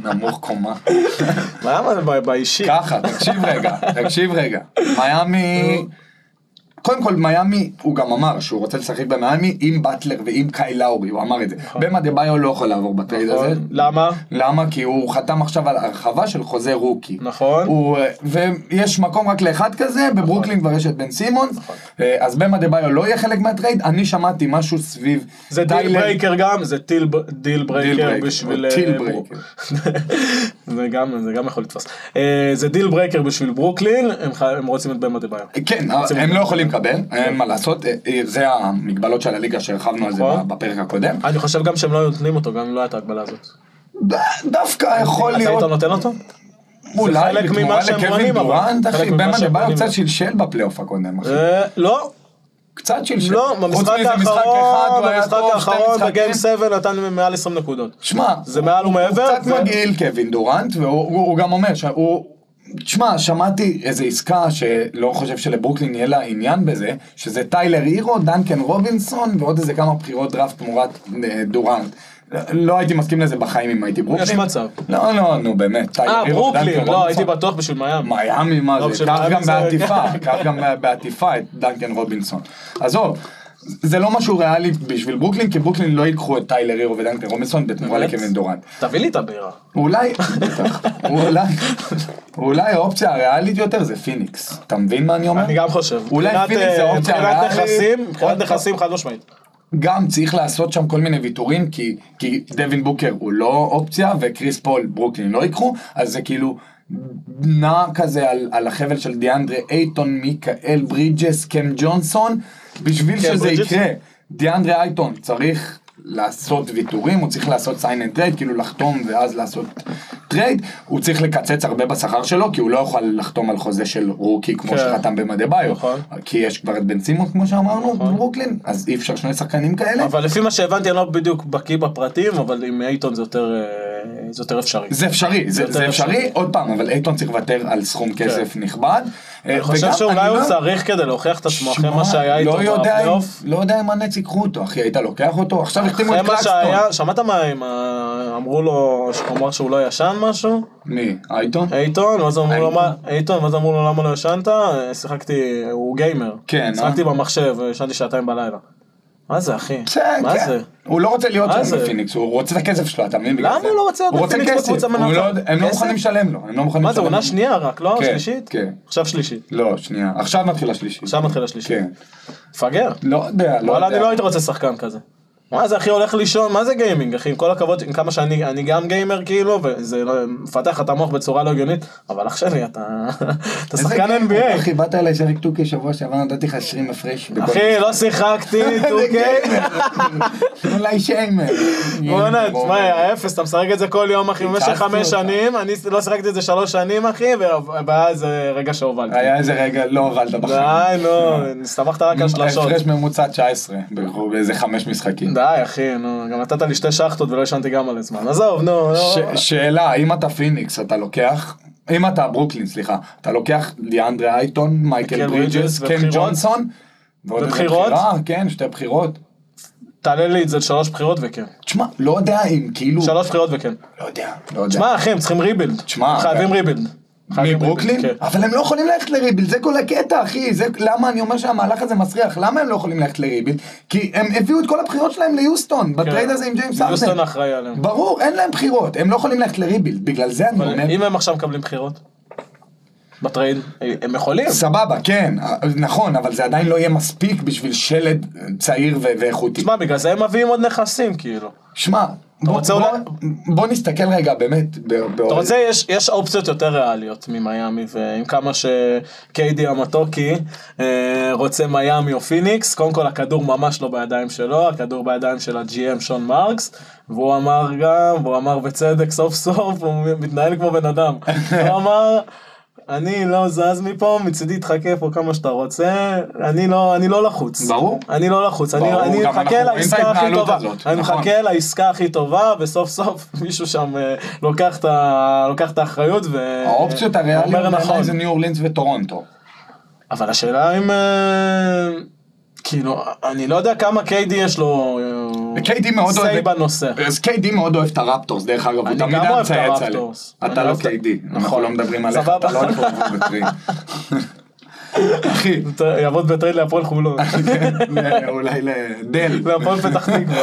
Speaker 2: נמוך קומה.
Speaker 1: למה זה ב- באישי?
Speaker 2: ככה, תקשיב רגע, תקשיב רגע. מיאמי... קודם כל מיאמי, הוא גם אמר שהוא רוצה לשחק במיאמי עם באטלר ועם קאי לאורי, הוא אמר את זה.
Speaker 1: נכון.
Speaker 2: במה דה ביו לא יכול לעבור בטרייד הזה.
Speaker 1: למה?
Speaker 2: למה? כי הוא חתם עכשיו על הרחבה של חוזה רוקי.
Speaker 1: נכון.
Speaker 2: הוא, אה, ויש מקום רק לאחד כזה, בברוקלין כבר יש את בן סימונס.
Speaker 1: נכון.
Speaker 2: אה, אז במה דה ביו לא יהיה חלק מהטרייד, אני שמעתי משהו סביב
Speaker 1: זה דיל
Speaker 2: טיילר-
Speaker 1: ברייקר גם, זה טיל ב- דיל ברייקר
Speaker 2: ברייקר,
Speaker 1: בשביל...
Speaker 2: או טיל
Speaker 1: אה,
Speaker 2: ברייקר.
Speaker 1: זה גם, זה גם יכול לתפוס. אה, זה דיל ברייקר בשביל ברוקלין, הם ח- הם רוצים את במה דה ביו.
Speaker 2: כן, הם לא יכולים לקבל,
Speaker 1: נכון.
Speaker 2: אין מה לעשות, אה, אה, זה המגבלות של הליגה שהרחבנו על זה
Speaker 1: נכון.
Speaker 2: בפרק הקודם.
Speaker 1: אני חושב גם שהם לא נותנים אותו, גם אם לא הייתה ההגבלה הזאת.
Speaker 2: ד- דווקא יכול
Speaker 1: אתה היית
Speaker 2: להיות,
Speaker 1: נותן אותו?
Speaker 2: אולי
Speaker 1: חלק
Speaker 2: בתמורה
Speaker 1: ממה שהם
Speaker 2: לקווין
Speaker 1: בונים, אבל.
Speaker 2: דורנט,
Speaker 1: חלק
Speaker 2: אחי,
Speaker 1: ממה
Speaker 2: בן
Speaker 1: שהם
Speaker 2: אדם
Speaker 1: בונים.
Speaker 2: קצת שלשל בפלייאוף הקודם, אחי.
Speaker 1: אה, לא,
Speaker 2: קצת שלשל.
Speaker 1: לא,
Speaker 2: חוץ
Speaker 1: במשחק
Speaker 2: מאיזה משחק אחד,
Speaker 1: האחרון,
Speaker 2: הוא היה
Speaker 1: במשחק
Speaker 2: טוב, שתי
Speaker 1: האחרון,
Speaker 2: משחקים.
Speaker 1: בגיים 7 נתן מעל 20 נקודות.
Speaker 2: שמע,
Speaker 1: זה מעל ומעבר,
Speaker 2: הוא קצת
Speaker 1: זה-
Speaker 2: מגעיל קווין דורנט, והוא הוא- הוא גם אומר שהוא... תשמע, שמעתי איזו עסקה שלא חושב שלברוקלין יהיה לה עניין בזה, שזה טיילר הירו, דנקן רובינסון ועוד איזה כמה בחירות דראפט תמורת אה, דורנט. לא- לא הייתי מסכים לזה בחיים אם הייתי ברוקלין.
Speaker 1: מצב.
Speaker 2: לא, לא, נו באמת. טיילר
Speaker 1: אה,
Speaker 2: הירו, דנקן
Speaker 1: ברוקלין, לא,
Speaker 2: רובינסון.
Speaker 1: הייתי בטוח בשביל מיאמי.
Speaker 2: מיאמי,
Speaker 1: לא,
Speaker 2: מה זה,
Speaker 1: בשביל
Speaker 2: קח
Speaker 1: מיאמי
Speaker 2: גם
Speaker 1: זה-
Speaker 2: בעטיפה, קח גם בעטיפה את דנקן רובינסון. עזוב, זה לא משהו ריאלי בשביל ברוקלין, כי ברוקלין לא ייקחו את טיילר הירו ודנקן רובינסון בתמורה
Speaker 1: באמת?
Speaker 2: לקווין דורנט.
Speaker 1: תביא לי את הבירה.
Speaker 2: אולי, בטח, אולי, אולי האופציה הריאלית יותר זה פיניקס. אתה מבין מה אני אומר?
Speaker 1: אני גם חושב.
Speaker 2: אולי
Speaker 1: מבחינת,
Speaker 2: פיניקס זה
Speaker 1: אה,
Speaker 2: האופציה
Speaker 1: מבחינת
Speaker 2: הריאלית.
Speaker 1: נכסים, מבחינת
Speaker 2: עוד
Speaker 1: נכסים חד משמעית.
Speaker 2: גם צריך לעשות שם כל מיני ויתורים, כי, כי דווין בוקר הוא לא אופציה, וקריס פול ברוקלין לא ייקחו, אז זה כאילו, נע כזה על, על החבל של דיאנדרה אייטון, מיקאל ברידג'ס, קם ג'ונסון, בשביל
Speaker 1: קם
Speaker 2: שזה
Speaker 1: ברידג'ס?
Speaker 2: יקרה. דיאנדרה אייטון צריך לעשות ויתורים, הוא צריך לעשות sign and trade, כאילו לחתום ואז לעשות טרייד, הוא צריך לקצץ הרבה בשכר שלו, כי הוא לא יכול לחתום על חוזה של רוקי כמו
Speaker 1: כן.
Speaker 2: שחתם במדביו,
Speaker 1: נכון.
Speaker 2: כי יש כבר את בן סימון כמו שאמרנו, ברוקלין, אז אי אפשר שני שחקנים כאלה.
Speaker 1: אבל לפי מה שהבנתי, אני לא בדיוק בקיא בפרטים, אבל עם אייטון זה יותר, אה, זה יותר אפשרי.
Speaker 2: זה אפשרי, זה,
Speaker 1: יותר
Speaker 2: זה אפשרי,
Speaker 1: אפשרי. כן.
Speaker 2: עוד פעם, אבל אייטון צריך לוותר על סכום כסף נכבד. אה,
Speaker 1: אני חושב שאולי הוא צריך כדי להוכיח את עצמו אחרי מה שהיה איתו בפלייאוף.
Speaker 2: לא יודע אם הנץ ייקחו אותו, אחי, היית לוקח אותו, עכשיו החתימו
Speaker 1: אחרי
Speaker 2: את
Speaker 1: מה
Speaker 2: קלקסטון.
Speaker 1: שהיה, שמעת מה הם אה, אמרו לו, שהוא אמר שהוא לא ישן משהו?
Speaker 2: מי? אייטון?
Speaker 1: אייטון, ואז אמרו לו
Speaker 2: אייטון.
Speaker 1: מה, אייטון, ואז אמרו לו למה לא ישנת? אה, שיחקתי, הוא גיימר.
Speaker 2: כן,
Speaker 1: שיחקתי
Speaker 2: אה?
Speaker 1: במחשב, ישנתי שעתיים בלילה. מה זה אחי?
Speaker 2: בסדר,
Speaker 1: מה
Speaker 2: כן.
Speaker 1: זה?
Speaker 2: הוא לא רוצה להיות
Speaker 1: מה
Speaker 2: שם
Speaker 1: זה?
Speaker 2: בפיניקס, הוא רוצה את הכסף שלו, אתה מבין? בגלל
Speaker 1: למה
Speaker 2: זה.
Speaker 1: הוא לא רוצה להיות בפיניקס
Speaker 2: כסף,
Speaker 1: בקבוצה
Speaker 2: הוא
Speaker 1: מנצחת?
Speaker 2: לא- הם לא
Speaker 1: כסף?
Speaker 2: מוכנים לשלם לו, הם לא מוכנים
Speaker 1: מה זה,
Speaker 2: לשלם
Speaker 1: עונה
Speaker 2: לו.
Speaker 1: שנייה רק, לא?
Speaker 2: כן,
Speaker 1: שלישית?
Speaker 2: כן.
Speaker 1: עכשיו שלישית.
Speaker 2: לא, שנייה, עכשיו מתחיל השלישי.
Speaker 1: עכשיו מתחיל השלישית.
Speaker 2: כן.
Speaker 1: מפגר.
Speaker 2: לא יודע, לא
Speaker 1: וואלה, אני לא
Speaker 2: יודע.
Speaker 1: הייתי רוצה שחקן כזה. מה זה אחי הולך לישון, מה זה גיימינג אחי, עם כל הכבוד, עם כמה שאני אני גם גיימר כאילו, וזה לא- מפתח את המוח בצורה לא הגיונית, אבל אח שלי, אתה אתה שחקן
Speaker 2: איזה-
Speaker 1: NBA.
Speaker 2: אחי, באת אליי שרק טוקי שבוע שעבר, נתתי לך 20 הפרש. בכל
Speaker 1: אחי, לא שיחקתי, טוקי.
Speaker 2: אולי שיימר.
Speaker 1: בואנה, תשמע, האפס, אתה משחק את זה כל יום, אחי, במשך
Speaker 2: ניצחתי
Speaker 1: חמש
Speaker 2: אותה.
Speaker 1: שנים, אני לא שיחקתי את זה שלוש שנים, אחי, ו- ואז אה, רגע שהובלתי.
Speaker 2: היה איזה רגע, לא הובלת בחיים.
Speaker 1: די, נו, הסתמכת רק על שלשות.
Speaker 2: הפרש ממוצע 19, באיזה חמש משחקים.
Speaker 1: די, אחי, נו, גם נתת לי שתי שחטות ולא ישנתי גם מלא זמן. עזוב, נו, נו.
Speaker 2: ש- שאלה, אם אתה פיניקס, אתה לוקח... אם אתה ברוקלין, סליחה, אתה לוקח ליאנדרה אייטון, מייקל
Speaker 1: מייקל
Speaker 2: ברידג'ס,
Speaker 1: כן, ברידג'ס
Speaker 2: קן
Speaker 1: ובחירות?
Speaker 2: ג'ונסון, ועוד איזה
Speaker 1: ובחירות?
Speaker 2: בחירה, כן, שתי בחירות.
Speaker 1: תעלה לי את זה לשלוש בחירות וכן.
Speaker 2: תשמע, לא יודע אם כאילו,
Speaker 1: שלוש בחירות וכן.
Speaker 2: לא יודע, לא יודע.
Speaker 1: שמע, אחי, הם צריכים ריבילד.
Speaker 2: תשמע,
Speaker 1: חייבים
Speaker 2: אתה-
Speaker 1: ריבילד. חייבים
Speaker 2: כן. מברוקלין?
Speaker 1: ריבילד, כן.
Speaker 2: אבל הם לא יכולים ללכת לריבילד, זה כל הקטע, אחי. זה, למה אני אומר שהמהלך הזה מסריח? למה הם לא יכולים ללכת לריבילד? כי הם הביאו את כל הבחירות שלהם
Speaker 1: כן.
Speaker 2: ליוסטון, בטרייד הזה עם ג'יימס ארדן.
Speaker 1: יוסטון אחראי עליהם.
Speaker 2: ברור, אין להם בחירות, הם לא יכולים ללכת לריבילד, בגלל זה אני
Speaker 1: אבל
Speaker 2: אומר...
Speaker 1: אם הם עכשיו מקבלים בחירות? בטרייד? הם יכולים.
Speaker 2: סבבה, כן, נכון, אבל זה עדיין לא יהיה מספיק בשביל שלד צעיר ו- ואיכותי.
Speaker 1: שמע, בגלל זה הם מביאים עוד נכסים, כאילו.
Speaker 2: שמע, בוא,
Speaker 1: רוצה
Speaker 2: בוא,
Speaker 1: אולי-
Speaker 2: בוא נסתכל רגע באמת, ב- ב-
Speaker 1: אתה רוצה, יש, יש אופציות יותר ריאליות ממיאמי, ועם כמה שקיידי המתוקי אה, רוצה מיאמי או פיניקס, קודם כל הכדור ממש לא בידיים שלו, הכדור בידיים של הג'י.אם שון מרקס, והוא אמר גם, והוא אמר בצדק סוף סוף, הוא מתנהל כמו בן אדם. הוא אמר... אני לא זז מפה, מצידי תחכה פה כמה שאתה רוצה, אני לא, אני לא לחוץ.
Speaker 2: ברור.
Speaker 1: אני לא לחוץ, אני,
Speaker 2: ברור,
Speaker 1: אני
Speaker 2: גם אנחנו
Speaker 1: מחכה
Speaker 2: רואים את
Speaker 1: לעסקה הכי
Speaker 2: ההתנהלות
Speaker 1: טובה.
Speaker 2: הזאת,
Speaker 1: אני מחכה
Speaker 2: נכון.
Speaker 1: מחכה לעסקה הכי טובה, וסוף סוף מישהו שם אה, לוקח את ה- לוקח את האחריות ו...
Speaker 2: האופציות הריאליות
Speaker 1: אומר
Speaker 2: בעיניי
Speaker 1: נכון.
Speaker 2: זה ניו אורלינס וטורונטו.
Speaker 1: אבל השאלה אם... אה, כאילו, אני לא יודע כמה קיידי יש לו... אה,
Speaker 2: קיידי מאוד אוהב...
Speaker 1: say בנושא.
Speaker 2: אז קיידי מאוד אוהב את הרפטורס, דרך אגב, הוא
Speaker 1: אני
Speaker 2: תמיד
Speaker 1: גם
Speaker 2: היה
Speaker 1: אוהב את
Speaker 2: מצייץ עליהם.
Speaker 1: הרפטורס.
Speaker 2: אתה
Speaker 1: אני
Speaker 2: לא
Speaker 1: אוהב את-
Speaker 2: קיידי, אנחנו
Speaker 1: נכון.
Speaker 2: לא מדברים עליך, אתה
Speaker 1: סבבה.
Speaker 2: לא הולך לעבור בטריד. אחי,
Speaker 1: ת- יעבוד בטרייד להפועל חולון.
Speaker 2: ל- אולי לדל.
Speaker 1: להפועל פתח תקווה.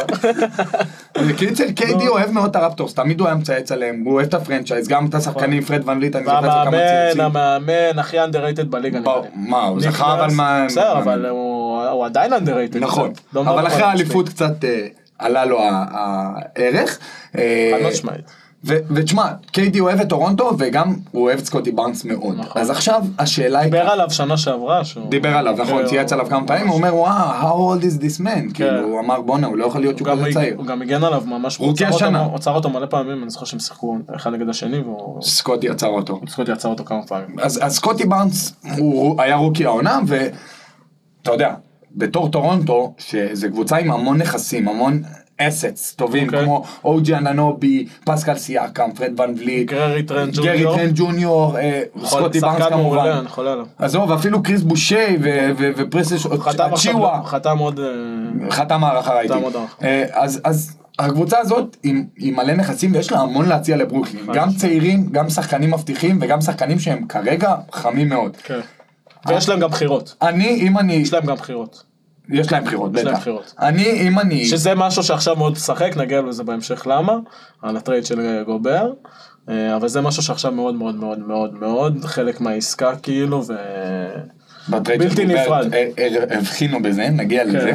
Speaker 2: בקיצר,
Speaker 1: לא.
Speaker 2: קיידי אוהב מאוד את הרפטורס, תמיד הוא היה מצייץ עליהם, הוא אוהב את הפרנצ'ייז, גם את השחקנים, פרד ון ליט, אני זוכר את זה כמה
Speaker 1: נכון. והמאמן,
Speaker 2: ציוצים.
Speaker 1: המאמן הכי underrated בליגה נראה
Speaker 2: ברור,
Speaker 1: לי.
Speaker 2: מה, הוא
Speaker 1: ניק
Speaker 2: זכה אבל
Speaker 1: נרס,
Speaker 2: מה...
Speaker 1: בסדר, אבל הוא הוא עדיין underrated.
Speaker 2: נכון,
Speaker 1: קצת. לא
Speaker 2: אבל
Speaker 1: מדברים
Speaker 2: אחרי
Speaker 1: עליו
Speaker 2: האליפות
Speaker 1: מספיק.
Speaker 2: קצת אה, עלה לו ה- הערך. אה,
Speaker 1: חד משמעית.
Speaker 2: ו- ותשמע, קיידי אוהב את טורונטו וגם הוא אוהב את סקוטי ברנס מאוד. אז עכשיו השאלה היא...
Speaker 1: דיבר עליו שנה שעברה שהוא...
Speaker 2: דיבר עליו, נכון,
Speaker 1: כן,
Speaker 2: צייץ
Speaker 1: הוא-
Speaker 2: עליו כמה פעמים, הוא אומר, וואו, how old is this man? כאילו, הוא אמר, בואנה, הוא לא יכול להיות
Speaker 1: כן. הוא
Speaker 2: שהוא
Speaker 1: גם,
Speaker 2: כזה צעיר.
Speaker 1: הוא גם הגן עליו ממש, הוא
Speaker 2: רוקי
Speaker 1: עצר אותו-
Speaker 2: השנה.
Speaker 1: הוא עצר אותו מלא פעמים, אני זוכר שהם שיחקו אחד נגד השני והוא
Speaker 2: סקוטי עצר אותו.
Speaker 1: פשוט יצר אותו כמה פעמים.
Speaker 2: אז אז סקוטי ברנס הוא היה רוקי העונה, ואתה יודע, בתור טורונטו, שזו קבוצה עם המון נכסים, המון אסטס טובים,
Speaker 1: אוקיי.
Speaker 2: כמו אוג'י אננובי, פסקל סיאקם, פרד ון וליט,
Speaker 1: גרי טרנד
Speaker 2: גרי
Speaker 1: ג'וניור. נכון,
Speaker 2: טרנד ג'וניור, אה, סקוטי ברנס
Speaker 1: שחקן מעולה, נכון.
Speaker 2: כמובן.
Speaker 1: אני חולה עליו.
Speaker 2: עזוב, אפילו קריס בושי ו- ו- ופרסש
Speaker 1: חתם עכשיו,
Speaker 2: צ'יווה.
Speaker 1: הוא חתם עוד... אה,
Speaker 2: חתם הערכה ראיתי.
Speaker 1: חתם עוד הערכה.
Speaker 2: אה, אז, אז הקבוצה הזאת עם, עם מלא נכסים ויש לה המון להציע לברוקלין. גם צעירים, גם שחקנים מבטיחים וגם שחקנים שהם כרגע חמים מאוד.
Speaker 1: כן. ויש להם גם בחירות.
Speaker 2: אני, אם אני...
Speaker 1: יש להם גם בחירות.
Speaker 2: יש להם בחירות,
Speaker 1: יש
Speaker 2: בטח.
Speaker 1: להם בחירות.
Speaker 2: אני, אם אני...
Speaker 1: שזה משהו שעכשיו מאוד משחק, נגיע לזה בהמשך למה, על הטרייד של אה, גובר. אה, אבל זה משהו שעכשיו מאוד מאוד מאוד מאוד מאוד חלק מהעסקה כאילו ו...
Speaker 2: בטרייד
Speaker 1: בלתי
Speaker 2: של גוברט,
Speaker 1: נפרד. כן.
Speaker 2: אה, אה, הבחינו בזה, נגיע לזה.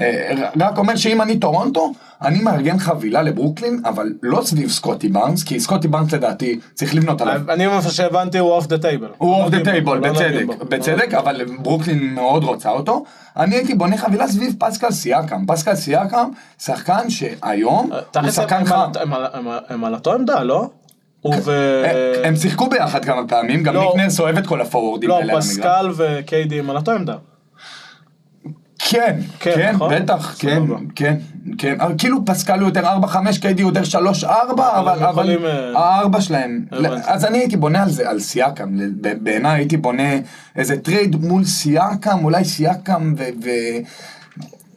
Speaker 2: אה, רק אומר שאם אני טורונטו, אני מארגן חבילה לברוקלין, אבל לא סביב סקוטי בארנס, כי סקוטי בארנס לדעתי צריך לבנות עליו.
Speaker 1: אני ממה שהבנתי הוא אוף דה טייבל.
Speaker 2: הוא אוף דה טייבול,
Speaker 1: לא
Speaker 2: בצדק, בצדק, אבל ברוקלין מאוד רוצה אותו. אני הייתי בונה חבילה סביב פסקל סיאקם. פסקל סיאקם, שחקן שהיום
Speaker 1: אה,
Speaker 2: הוא שחקן חם.
Speaker 1: הם על אותו עמדה, לא? הוא ו...
Speaker 2: כן. אה, הם- הם שיחקו ביחד כמה פעמים, גם
Speaker 1: לא.
Speaker 2: ניק נרס אוהב את כל הפורורדים
Speaker 1: לא,
Speaker 2: האלה. על המגרש.
Speaker 1: פסקל וקיידי הם על אותו עמדה.
Speaker 2: כן,
Speaker 1: כן,
Speaker 2: כן,
Speaker 1: נכון?
Speaker 2: בטח, כן,
Speaker 1: סבבה.
Speaker 2: כן, כן, אבל כאילו פסקל הוא יותר 4-5, קיידי הוא יותר 3-4, אבל
Speaker 1: הם
Speaker 2: אבל
Speaker 1: יכולים, אה,
Speaker 2: הארבע שלהם,
Speaker 1: הבנתי.
Speaker 2: אז אני הייתי בונה על זה, על סיאקם, ל- ב- בעיניי הייתי בונה איזה טרייד מול סיאקם, אולי סיאקם ו... ו-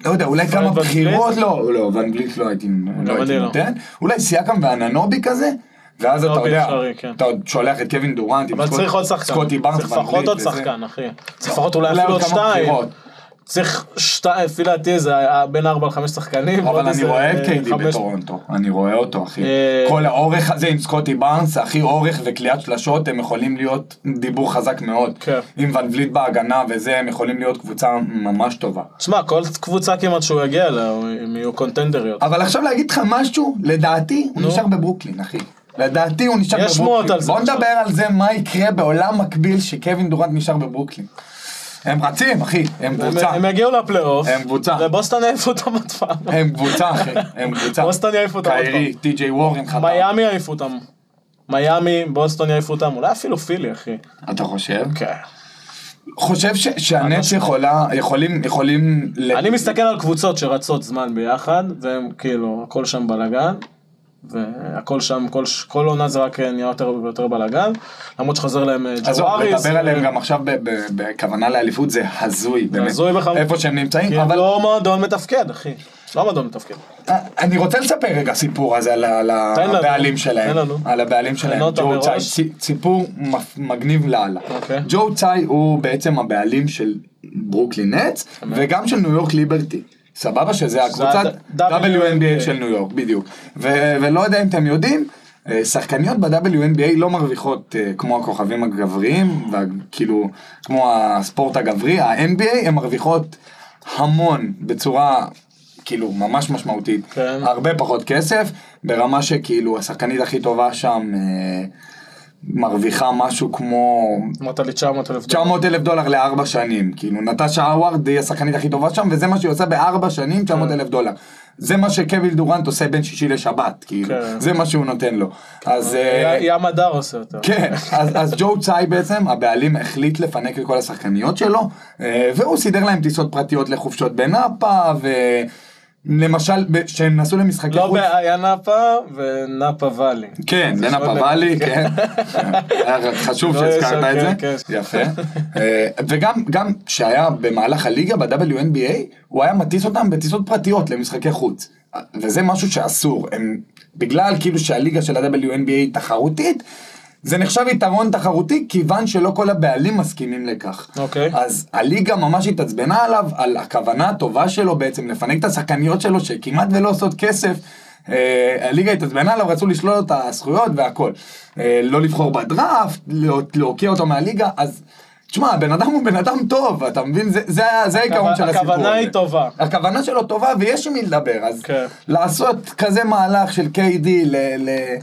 Speaker 2: לא יודע, אולי כמה
Speaker 1: ון
Speaker 2: בחירות,
Speaker 1: בליט?
Speaker 2: לא, לא, ון בליט לא הייתי לא
Speaker 1: גם
Speaker 2: הייתי
Speaker 1: אני לא.
Speaker 2: נותן, אולי סיאקם ואננובי כזה, ואז אתה
Speaker 1: אננובי
Speaker 2: יודע,
Speaker 1: אפשרי, כן.
Speaker 2: אתה עוד שולח את קווין דורנט, עם
Speaker 1: אבל
Speaker 2: סקוט-
Speaker 1: צריך עוד שחקן.
Speaker 2: סקוטי בארנס,
Speaker 1: צריך
Speaker 2: ון
Speaker 1: לפחות
Speaker 2: בליט
Speaker 1: עוד
Speaker 2: וזה.
Speaker 1: שחקן, אחי. צריך לפחות אולי
Speaker 2: אולי
Speaker 1: אפילו
Speaker 2: עוד
Speaker 1: עוד
Speaker 2: כמה
Speaker 1: שתיים.
Speaker 2: בחירות.
Speaker 1: צריך שתיים, לפי דעתי זה היה בין ארבע לחמש שחקנים.
Speaker 2: אבל
Speaker 1: ועוד
Speaker 2: אני
Speaker 1: איזה,
Speaker 2: רואה
Speaker 1: אה,
Speaker 2: את קיידי
Speaker 1: חמש-
Speaker 2: בטורונטו, אני רואה אותו אחי.
Speaker 1: אה,
Speaker 2: כל האורך הזה עם סקוטי בארנס, הכי אורך וקליעת שלשות, הם יכולים להיות דיבור חזק מאוד.
Speaker 1: כן.
Speaker 2: עם ון וליט בהגנה וזה, הם יכולים להיות קבוצה ממש טובה.
Speaker 1: תשמע, כל קבוצה כמעט שהוא יגיע אליה, הם יהיו קונטנדריות.
Speaker 2: אבל עכשיו להגיד לך משהו, לדעתי הוא נשאר בברוקלין אחי. לדעתי הוא נשאר
Speaker 1: יש
Speaker 2: בברוקלין.
Speaker 1: שמועות על זה
Speaker 2: בוא
Speaker 1: עכשיו.
Speaker 2: נדבר על זה מה יקרה בעולם מקביל שקווין דורנט נשאר בברוקלין. הם רצים אחי, הם
Speaker 1: הם-
Speaker 2: קבוצה.
Speaker 1: הם יגיעו לפלייאוף,
Speaker 2: הם קבוצה.
Speaker 1: ובוסטון יעיפו אותם עוד פעם.
Speaker 2: הם קבוצה אחי, הם קבוצה.
Speaker 1: בוסטון יעיפו אותם עוד פעם.
Speaker 2: קיירי, טי.ג'יי וורן חתם.
Speaker 1: מיאמי יעיפו אותם. מיאמי, בוסטון יעיפו אותם, אולי אפילו פילי, אחי.
Speaker 2: אתה חושב?
Speaker 1: כן.
Speaker 2: חושב ש- שהנץ
Speaker 1: משמעית.
Speaker 2: יכולה, יכולים, יכולים... ל-
Speaker 1: אני מסתכל על קבוצות שרצות זמן ביחד, והם כאילו, הכל שם בלאגן, והכל שם, כל, ש- כל עונה זה רק נהיה יותר ויותר בלאגן, למרות שחוזר להם אה,
Speaker 2: עזוב,
Speaker 1: ג'ו אריס.
Speaker 2: לדבר עליהם גם עכשיו ב- ב- בכוונה לאליפות זה הזוי, באמת.
Speaker 1: הזוי בחמור.
Speaker 2: איפה שהם נמצאים,
Speaker 1: כי הם
Speaker 2: אבל
Speaker 1: לא מועדון מתפקד, אחי. לא מועדון מתפקד.
Speaker 2: אה, אני רוצה לספר רגע סיפור הזה על ה- על ה-
Speaker 1: תן לנו,
Speaker 2: הבעלים שלהם.
Speaker 1: תן לנו.
Speaker 2: על הבעלים שלהם,
Speaker 1: תן אותה
Speaker 2: ג'ו
Speaker 1: מראש.
Speaker 2: צאי. סי- סיפור מפ- מגניב לאללה.
Speaker 1: אוקיי.
Speaker 2: ג'ו צאי הוא בעצם הבעלים של ברוקלין נץ, וגם של ניו יורק ליברטי. סבבה שזה הקבוצת
Speaker 1: ה-
Speaker 2: WNBA של ניו יורק, בדיוק. ו- ולא יודע אם אתם יודעים, אה, שחקניות ב-WNBA לא מרוויחות אה, כמו הכוכבים הגבריים, כאילו, כמו הספורט הגברי, ה-NBA, הן מרוויחות המון בצורה... כאילו ממש משמעותית,
Speaker 1: כן.
Speaker 2: הרבה פחות כסף, ברמה שכאילו השחקנית הכי טובה שם אה, מרוויחה משהו כמו
Speaker 1: אמרת לי 900 אלף
Speaker 2: 900 אלף דולר לארבע שנים. כאילו, נטשה האווארד היא השחקנית הכי טובה שם, וזה מה שהיא עושה בארבע שנים, 900 אלף דולר. זה מה שקוויל דורנט עושה בין שישי לשבת, כאילו,
Speaker 1: כן.
Speaker 2: זה מה שהוא נותן לו. אז... אה,
Speaker 1: ים הדר עושה יותר.
Speaker 2: כן, אז, אז ג'ו צאי בעצם, הבעלים החליט לפנק לכל השחקניות שלו, אה, והוא סידר להם טיסות פרטיות לחופשות בנאפה, ולמשל, כשהם נסעו למשחקי
Speaker 1: לא
Speaker 2: חוץ...
Speaker 1: באיה נאפה ונאפה ואלי.
Speaker 2: כן,
Speaker 1: זה
Speaker 2: בן
Speaker 1: שונה.
Speaker 2: הפאבלי, כן. היה חשוב
Speaker 1: לא
Speaker 2: שהזכרת
Speaker 1: ישר,
Speaker 2: את
Speaker 1: כן,
Speaker 2: זה. יפה. אה, וגם גם כשהיה במהלך הליגה ב-WNBA, הוא היה מטיס אותם בטיסות פרטיות למשחקי חוץ. אה, וזה משהו שאסור. הם, בגלל כאילו שהליגה של ה-WNBA היא תחרותית, זה נחשב יתרון תחרותי, כיוון שלא כל הבעלים מסכימים לכך.
Speaker 1: אוקיי.
Speaker 2: אז הליגה ממש התעצבנה עליו, על הכוונה הטובה שלו בעצם לפנק את השחקניות שלו שכמעט ולא עושות כסף. אה, הליגה התעצבנה עליו, רצו לשלול לו את הזכויות והכל. אה, לא לבחור בדראפט, לא- להוקיע אותו מהליגה, אז... תשמע, הבן אדם הוא בן אדם טוב, אתה מבין? זה- זה ה- זה העיקרון של
Speaker 1: הכוונה
Speaker 2: הסיפור הזה.
Speaker 1: היא טובה.
Speaker 2: הכוונה שלו טובה ויש עם מי לדבר, אז
Speaker 1: כן.
Speaker 2: לעשות כזה מהלך של KD ל... ל-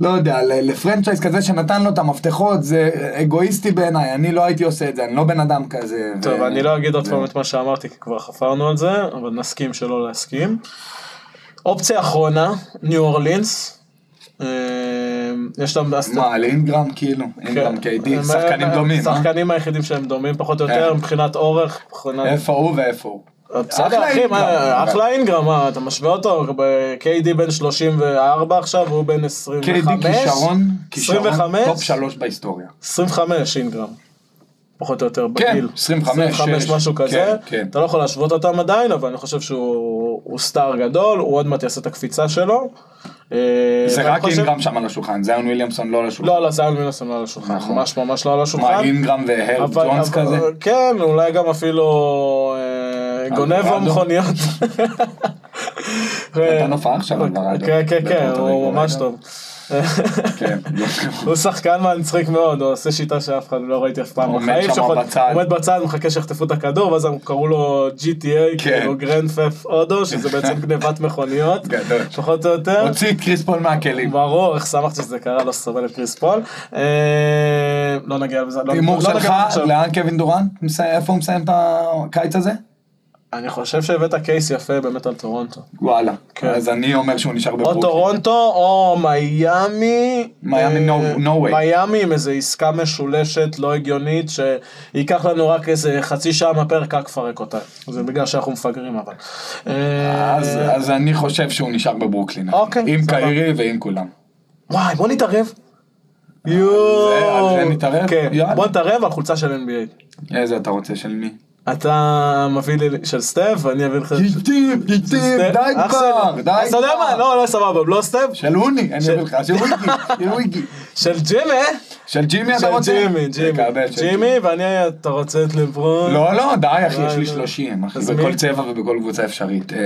Speaker 2: לא יודע, ל- לפרנצ'ייז כזה שנתן לו את המפתחות, זה אגואיסטי בעיניי, אני לא הייתי עושה את זה, אני לא בן אדם כזה. ו-
Speaker 1: טוב, אני לא אגיד עוד
Speaker 2: זה-
Speaker 1: פעם את מה שאמרתי, כי כבר חפרנו על זה, אבל נסכים שלא להסכים. אופציה אחרונה, ניו אורלינס. אה, יש להם...
Speaker 2: מה, על אינגרם כאילו,
Speaker 1: כן.
Speaker 2: אינגרם
Speaker 1: הם-
Speaker 2: קיידי, שחקנים
Speaker 1: הם-
Speaker 2: דומים, אה?
Speaker 1: השחקנים היחידים שהם דומים פחות או יותר
Speaker 2: אה.
Speaker 1: מבחינת אורך, מבחינת...
Speaker 2: איפה הוא ואיפה הוא.
Speaker 1: בסדר
Speaker 2: אחלה
Speaker 1: אחי, מה,
Speaker 2: אינגרם.
Speaker 1: אחלה אינגרם, מה, אתה משווה אותו, ב-KD בן 34 עכשיו, הוא בן 25.
Speaker 2: קיידי כישרון, כישרון
Speaker 1: 25?
Speaker 2: טופ שלוש בהיסטוריה.
Speaker 1: אה, 25 אינגרם. פחות או יותר
Speaker 2: כן,
Speaker 1: בגיל.
Speaker 2: 25,
Speaker 1: 25
Speaker 2: שש.
Speaker 1: משהו
Speaker 2: כן,
Speaker 1: כזה.
Speaker 2: כן.
Speaker 1: אתה לא יכול להשוות אותם עדיין, אבל אני חושב שהוא הוא סטאר גדול, הוא עוד מעט יעשה את הקפיצה שלו. אה,
Speaker 2: זה
Speaker 1: ואני
Speaker 2: רק
Speaker 1: חושב-
Speaker 2: אינגרם שם על השולחן, זיון וויליאמסון לא על השולחן.
Speaker 1: לא, לא, זה היה מילוסון לא על השולחן.
Speaker 2: נכון.
Speaker 1: ממש ממש לא על השולחן.
Speaker 2: מה, אינגרם והרב
Speaker 1: אבל-
Speaker 2: ג'ונס
Speaker 1: אבל-
Speaker 2: כזה?
Speaker 1: כן, אולי גם אפילו אה, גונב
Speaker 2: אלברדו?
Speaker 1: המכוניות.
Speaker 2: נתן הופעה עכשיו, אלברדו,
Speaker 1: כן, כן, כן,
Speaker 2: בפורטו
Speaker 1: הוא
Speaker 2: ריקו,
Speaker 1: ממש
Speaker 2: רגע.
Speaker 1: טוב.
Speaker 2: כן,
Speaker 1: הוא שחקן מצחיק מאוד, הוא עושה שיטה שאף אחד לא ראיתי אף פעם
Speaker 2: עומד
Speaker 1: בחיים.
Speaker 2: שם
Speaker 1: שיכול-
Speaker 2: בצד.
Speaker 1: עומד בצד, מחכה שיחטפו את הכדור, ואז הם קראו לו GTA,
Speaker 2: כן.
Speaker 1: כאילו גרנד פף אודו, שזה בעצם גנבת מכוניות,
Speaker 2: גדול.
Speaker 1: פחות או יותר.
Speaker 2: הוציא את קריס פול מהכלים.
Speaker 1: ברור, איך שמחתי שזה קרה, לא סובל את קריס פול. אה, לא נגיע לזה, לא
Speaker 2: הימור
Speaker 1: לא נגיע
Speaker 2: שלך,
Speaker 1: לזה עכשיו.
Speaker 2: לאן קווין דורנט? מסיים- איפה הוא מסיים את הקיץ הזה?
Speaker 1: אני חושב שהבאת קייס יפה באמת על טורונטו.
Speaker 2: וואלה.
Speaker 1: כן.
Speaker 2: אז אני אומר שהוא נשאר
Speaker 1: או
Speaker 2: בברוקלין.
Speaker 1: טורונטו או מיאמי.
Speaker 2: מיאמי,
Speaker 1: אה,
Speaker 2: no- no way.
Speaker 1: מיאמי עם איזו עסקה משולשת, לא הגיונית, שייקח לנו רק איזה חצי שעה מהפרק רק לפרק אותה. זה בגלל שאנחנו מפגרים אבל. אה,
Speaker 2: אז אז אני חושב שהוא נשאר בברוקלין.
Speaker 1: אוקיי,
Speaker 2: עם
Speaker 1: סבבה.
Speaker 2: קיירי ועם כולם.
Speaker 1: וואי, בוא נתערב.
Speaker 2: זה-
Speaker 1: יואו.
Speaker 2: אה, על זה נתערב?
Speaker 1: כן,
Speaker 2: יאללה.
Speaker 1: בוא נתערב על חולצה של NBA.
Speaker 2: איזה אתה רוצה, של מי?
Speaker 1: אתה מביא לי של סטף, ואני אביא לך... של סטף.
Speaker 2: גיטים, גיטים, די
Speaker 1: אח
Speaker 2: כבר,
Speaker 1: שלי.
Speaker 2: די
Speaker 1: אז אתה יודע מה,
Speaker 2: כבר.
Speaker 1: לא, לא, סבבה, לא סטף.
Speaker 2: של אוני, אני אביא לך, של אוני, של אוני.
Speaker 1: של ג'ימי.
Speaker 2: של ג'ימי אתה
Speaker 1: של
Speaker 2: רוצה?
Speaker 1: ג'ימי,
Speaker 2: תקבל
Speaker 1: ג'ימי.
Speaker 2: של
Speaker 1: ג'ימי, ואני, אתה רוצה את לברון?
Speaker 2: לא, לא, די אחי, יש
Speaker 1: לא.
Speaker 2: לי 30, אחי,
Speaker 1: אז
Speaker 2: בכל
Speaker 1: מי?
Speaker 2: צבע ובכל קבוצה אפשרית. אה,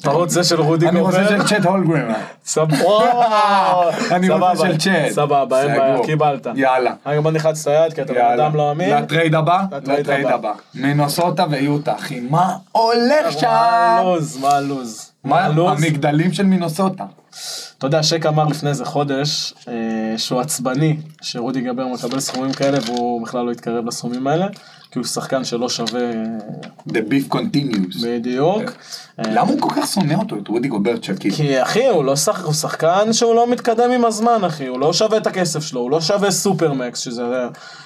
Speaker 1: אתה רוצה של רודי
Speaker 2: אני רוצה
Speaker 1: גובר?
Speaker 2: של צ'ט הולגרם. אה.
Speaker 1: סבבה. וואו.
Speaker 2: אני רוצה
Speaker 1: סבבה.
Speaker 2: של צ'אט.
Speaker 1: סבבה, אין בעיה,
Speaker 2: סגור.
Speaker 1: קיבלת.
Speaker 2: יאללה.
Speaker 1: רגע, בוא נחץ את היד, כי אתה בן
Speaker 2: יאללה.
Speaker 1: אדם לא אמין.
Speaker 2: לטרייד הבא?
Speaker 1: לטרייד
Speaker 2: לטרייד
Speaker 1: הבא.
Speaker 2: הבא. מנוסוטה ויוטה, אחי, מה הולך
Speaker 1: מה
Speaker 2: שם?
Speaker 1: הלו"ז? מה הלו"ז?
Speaker 2: מה
Speaker 1: הלו"ז?
Speaker 2: המגדלים של מנוסוטה?
Speaker 1: אתה יודע, שק אמר לפני איזה חודש אה, שהוא עצבני שרודי גבר מקבל סכומים כאלה והוא בכלל לא התקרב לסכומים האלה, כי הוא שחקן שלא שווה אה,
Speaker 2: The beef continues.
Speaker 1: בדיוק. אה,
Speaker 2: למה הוא כל כך שונא אותו, את רודי גוברט של כאילו?
Speaker 1: כי אחי, הוא לא שחק... הוא שחקן שהוא לא מתקדם עם הזמן, אחי. הוא לא שווה את הכסף שלו, הוא לא שווה סופרמקס, שזה,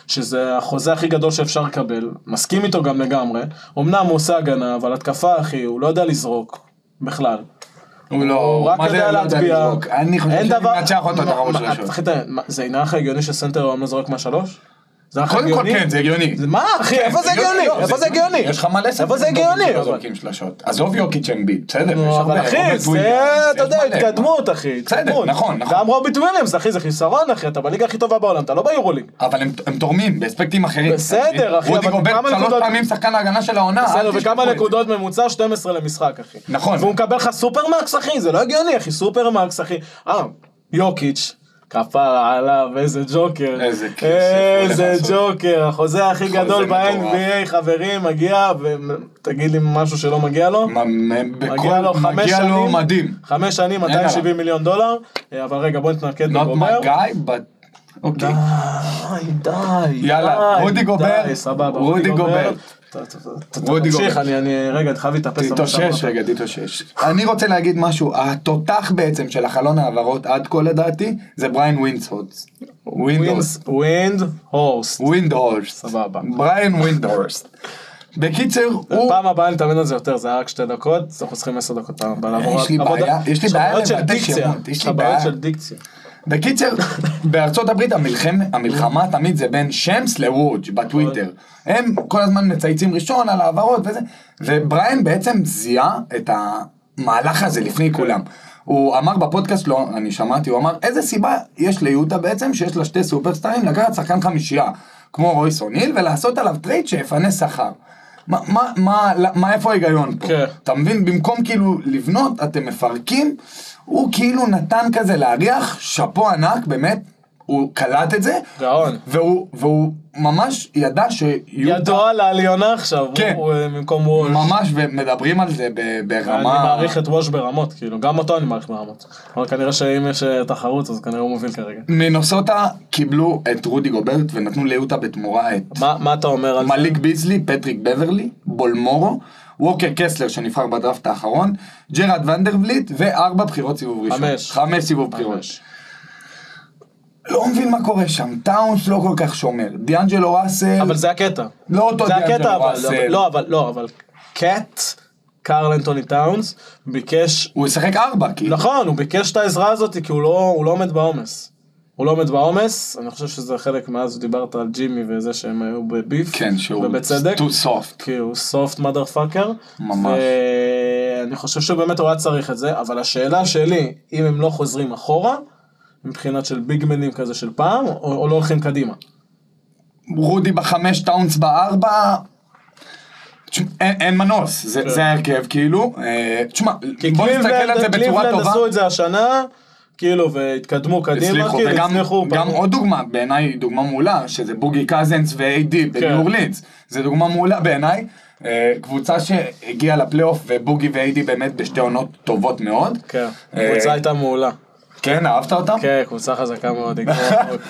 Speaker 1: שזה החוזה הכי גדול שאפשר לקבל. מסכים איתו גם לגמרי. אמנם הוא עושה הגנה, אבל התקפה, אחי, הוא לא יודע לזרוק. בכלל.
Speaker 2: הוא לא,
Speaker 1: הוא רק
Speaker 2: מה זה
Speaker 1: יודע
Speaker 2: לא יודע
Speaker 1: להטביע.
Speaker 2: לזרוק? אני חושב
Speaker 1: אין
Speaker 2: שאני
Speaker 1: דבר...
Speaker 2: מנצח אותו את
Speaker 1: מה-
Speaker 2: הראש
Speaker 1: מה-
Speaker 2: ראשון.
Speaker 1: אחי, אתה- מה, זה עניין לך הגיוני שסנטר היום לא זורק מהשלוש? זה נראה לך
Speaker 2: קודם כל
Speaker 1: הגיוני?
Speaker 2: כן, זה הגיוני.
Speaker 1: זה- מה, אחי, איפה זה
Speaker 2: לא,
Speaker 1: הגיוני? איפה זה הגיוני?
Speaker 2: יש לך מלא
Speaker 1: איפה זה
Speaker 2: שחקנים
Speaker 1: הגיוני?
Speaker 2: שלא
Speaker 1: אבל-
Speaker 2: זורקים שלשות. עזוב יוקיץ' אמביט, בסדר, יש
Speaker 1: נו, אבל
Speaker 2: הרבה,
Speaker 1: אחי,
Speaker 2: רוברט
Speaker 1: זה,
Speaker 2: וויליאמס,
Speaker 1: אתה
Speaker 2: יש
Speaker 1: יודע,
Speaker 2: מלא.
Speaker 1: התקדמות, אחי.
Speaker 2: בסדר,
Speaker 1: התקדמות.
Speaker 2: נכון, נכון.
Speaker 1: גם רוביט וויליאמס, אחי, זה חיסרון, אחי, אתה בליגה הכי טובה בעולם, אתה לא ביורוליג.
Speaker 2: אבל הם- הם תורמים באספקטים אחרים.
Speaker 1: בסדר,
Speaker 2: אתה מבין?
Speaker 1: אחי,
Speaker 2: רודי
Speaker 1: אבל כמה
Speaker 2: גוברט
Speaker 1: נקודות-
Speaker 2: שלוש פעמים שחקן ההגנה של העונה.
Speaker 1: בסדר,
Speaker 2: אה, אל תשכחו
Speaker 1: וכמה
Speaker 2: את זה.
Speaker 1: נקודות ממוצע? 12 למשחק, אחי.
Speaker 2: נכון.
Speaker 1: והוא מקבל לך סופרמקס, אחי, זה לא הגיוני, אחי, סופרמקס, אחי. אה, יוקיץ'. כפר עליו, איזה ג'וקר. אה,
Speaker 2: איזה כסף,
Speaker 1: איזה
Speaker 2: הולך לעשות.
Speaker 1: ג'וקר, החוזה הכי
Speaker 2: חוזה
Speaker 1: גדול
Speaker 2: מטורף.
Speaker 1: ב-NBA, חברים, מגיע, ותגיד לי משהו שלא מגיע לו.
Speaker 2: מה, מה-
Speaker 1: מגיע לו
Speaker 2: בכל-
Speaker 1: חמש
Speaker 2: מגיע
Speaker 1: שנים,
Speaker 2: לו מדהים.
Speaker 1: חמש שנים,
Speaker 2: עליו. לא
Speaker 1: 270 מיליון דולר, אה, אבל רגע בוא נתמקד
Speaker 2: Not
Speaker 1: בגובר.
Speaker 2: my guy, but... אוקיי.
Speaker 1: אה, די, די,
Speaker 2: יאללה,
Speaker 1: די,
Speaker 2: רודי
Speaker 1: די,
Speaker 2: גובר.
Speaker 1: סבבה,
Speaker 2: רודי
Speaker 1: רודי
Speaker 2: גובר.
Speaker 1: גובר. ת- ת- ת-
Speaker 2: רודי
Speaker 1: תמשיך,
Speaker 2: גובר.
Speaker 1: אני, אני, רגע, אני חייב להתאפס. על מה
Speaker 2: תתאושש אה,
Speaker 1: שאמרת.
Speaker 2: רגע, תתאושש. אני רוצה להגיד משהו, התותח בעצם של החלון העברות עד כה לדעתי, זה בריין ווינדסהורסט.
Speaker 1: ווינד-
Speaker 2: ווינדורסט.
Speaker 1: ווינד הורסט.
Speaker 2: ווינדהורסט.
Speaker 1: סבבה.
Speaker 2: בריין ווינדהורסט. בקיצר, הוא...
Speaker 1: פעם הבאה נתאמן על זה יותר, זה היה רק שתי דקות, אז אנחנו צריכים עשר דקות פעם הבאה לעבור.
Speaker 2: יש לי
Speaker 1: עבודה-
Speaker 2: בעיה- יש לי בעיה
Speaker 1: הבעיות של
Speaker 2: לבטא
Speaker 1: דיקציה.
Speaker 2: שמות, יש לי
Speaker 1: הבעיות
Speaker 2: בעיה.
Speaker 1: של דיקציה.
Speaker 2: בקיצר, בארצות הברית המלחמה, המלחמה תמיד זה בין שמס לוודג' בטוויטר. הם כל הזמן מצייצים ראשון על העברות וזה, ובריין בעצם זיהה את המהלך הזה לפני כולם. הוא אמר בפודקאסט שלו, אני שמעתי, הוא אמר, איזה סיבה יש ליוטה בעצם שיש לה שתי סופרסטארים לקחת שחקן חמישייה, כמו רויס אוניל, ולעשות עליו טרייד שיפנה שכר. מה, מה, מה, מה, איפה ההיגיון פה?
Speaker 1: כן.
Speaker 2: אתה מבין? במקום כאילו לבנות, אתם מפרקים. הוא כאילו נתן כזה להריח, שאפו ענק, באמת, הוא קלט את זה.
Speaker 1: גאון.
Speaker 2: והוא, והוא ממש ידע שיוטה...
Speaker 1: ידוע על העליונה עכשיו,
Speaker 2: כן.
Speaker 1: הוא- הוא- במקום וולש.
Speaker 2: ממש, ומדברים על זה ב- ברמה...
Speaker 1: אני מעריך את ווש ברמות, כאילו, גם אותו אני מעריך ברמות. אבל כנראה שאם יש אה, תחרות, אז כנראה הוא מוביל כרגע.
Speaker 2: מנוסוטה קיבלו את רודי גוברט ונתנו ליוטה בתמורה את
Speaker 1: מה מה אתה אומר על זה?
Speaker 2: מליק ביזלי, פטריק בברלי, בולמורו, ווקר קסלר שנבחר בדראפט האחרון, ג'רד ונדרבליט וארבע בחירות סיבוב ראשון.
Speaker 1: חמש.
Speaker 2: חמש סיבוב בחירות.
Speaker 1: חמש.
Speaker 2: לא מבין מה קורה שם, טאונס לא כל כך שומר, דיאנג'לו ראסל,
Speaker 1: אבל זה הקטע.
Speaker 2: לא אותו
Speaker 1: זה הקטע,
Speaker 2: דיאנג'לו
Speaker 1: אבל, אבל-
Speaker 2: ראסל.
Speaker 1: לא, אבל, לא, אבל, קאט, קארל אנטוני טאונס, ביקש,
Speaker 2: הוא ישחק ארבע, כי...
Speaker 1: נכון, הוא ביקש את העזרה הזאת, כי הוא לא הוא לא עומד בעומס. הוא לא עומד בעומס, אני חושב שזה חלק מאז שדיברת על ג'ימי וזה שהם היו בביף,
Speaker 2: כן, שהוא...
Speaker 1: ובצדק.
Speaker 2: too soft.
Speaker 1: כי הוא סופט מדר פאקר.
Speaker 2: ממש.
Speaker 1: ואני חושב שבאמת הוא היה צריך את זה, אבל השאלה שלי, אם הם לא חוזרים אחורה, מבחינת של ביגמנים כזה של פעם, או, או לא הולכים קדימה.
Speaker 2: רודי בחמש, טאונס בארבע. תשמע, אין, אין מנוס, זה, זה ההרכב כאילו, אה, תשמע,
Speaker 1: כן. כי
Speaker 2: בוא
Speaker 1: קליבלנד-
Speaker 2: נסתכל על זה בצורה
Speaker 1: קליבלנד
Speaker 2: טובה,
Speaker 1: עשו את זה השנה, כאילו, והתקדמו קדימה,
Speaker 2: הצליחו,
Speaker 1: כאילו,
Speaker 2: וגם
Speaker 1: הצליחו.
Speaker 2: גם
Speaker 1: פנו.
Speaker 2: עוד דוגמה, בעיניי דוגמה מעולה, שזה בוגי קזנס
Speaker 1: כן.
Speaker 2: ואיי-די בניו אורלינס. זו דוגמה מעולה בעיניי. אה, קבוצה שהגיעה לפלייאוף ובוגי ואיי-די באמת בשתי עונות טובות מאוד.
Speaker 1: כן,
Speaker 2: אה,
Speaker 1: הקבוצה הייתה מעולה.
Speaker 2: כן, אהבת אותה?
Speaker 1: כן, קבוצה חזקה מאוד, הגיעו רחוק.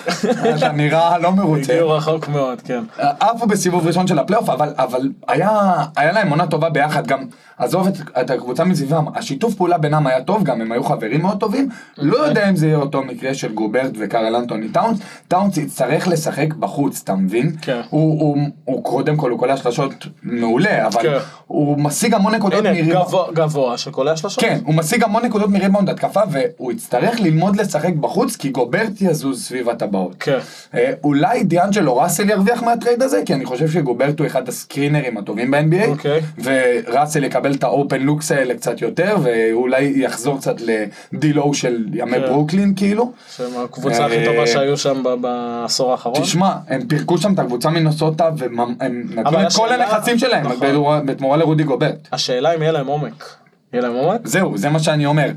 Speaker 2: אתה נראה לא מרוצה.
Speaker 1: הגיעו רחוק מאוד, כן.
Speaker 2: עפו בסיבוב ראשון של הפלייאוף, אבל, אבל היה, היה להם עונה טובה ביחד, גם עזוב את, את הקבוצה מסביבם, השיתוף פעולה בינם היה טוב, גם הם היו חברים מאוד טובים, לא
Speaker 1: אוקיי.
Speaker 2: יודע אם זה יהיה אותו מקרה של גוברט וקרל אנטוני טאונס, טאונס יצטרך לשחק בחוץ, אתה מבין?
Speaker 1: כן.
Speaker 2: הוא, הוא, הוא קודם כל, הוא קולע שלשות מעולה, אבל
Speaker 1: כן.
Speaker 2: הוא משיג המון נקודות
Speaker 1: הנה,
Speaker 2: מריבאונד.
Speaker 1: גבוה- גבוה שקולע שלושה.
Speaker 2: כן, הוא משיג המון נקודות מריבאונד התקפה, והוא יצטרך ללמוד לשחק בחוץ, כי גוברט יזוז סביב הטבעות.
Speaker 1: כן.
Speaker 2: אה, אולי דיאנג'לו ראסל ירוויח מהטרייד הזה, כי אני חושב שגוברט הוא אחד הסקרינרים הטובים ב-NBA,
Speaker 1: אוקיי.
Speaker 2: וראסל יקבל את האופן לוקס האלה קצת יותר, ואולי יחזור קצת לדילו של ימי
Speaker 1: כן.
Speaker 2: ברוקלין כאילו.
Speaker 1: שהם הקבוצה הכי טובה
Speaker 2: אה,
Speaker 1: שהיו שם ב- בעשור האחרון.
Speaker 2: תשמע, הם פירקו שם את הקבוצה מנוסוטה, והם הם נתנו את כל
Speaker 1: השאלה-
Speaker 2: הנכסים שלהם
Speaker 1: נכון.
Speaker 2: בתמורה- בתמורה לרודי גוברט.
Speaker 1: השאלה אם יהיה להם עומק. יהיה להם עומק?
Speaker 2: זהו, זה מה שאני אומר.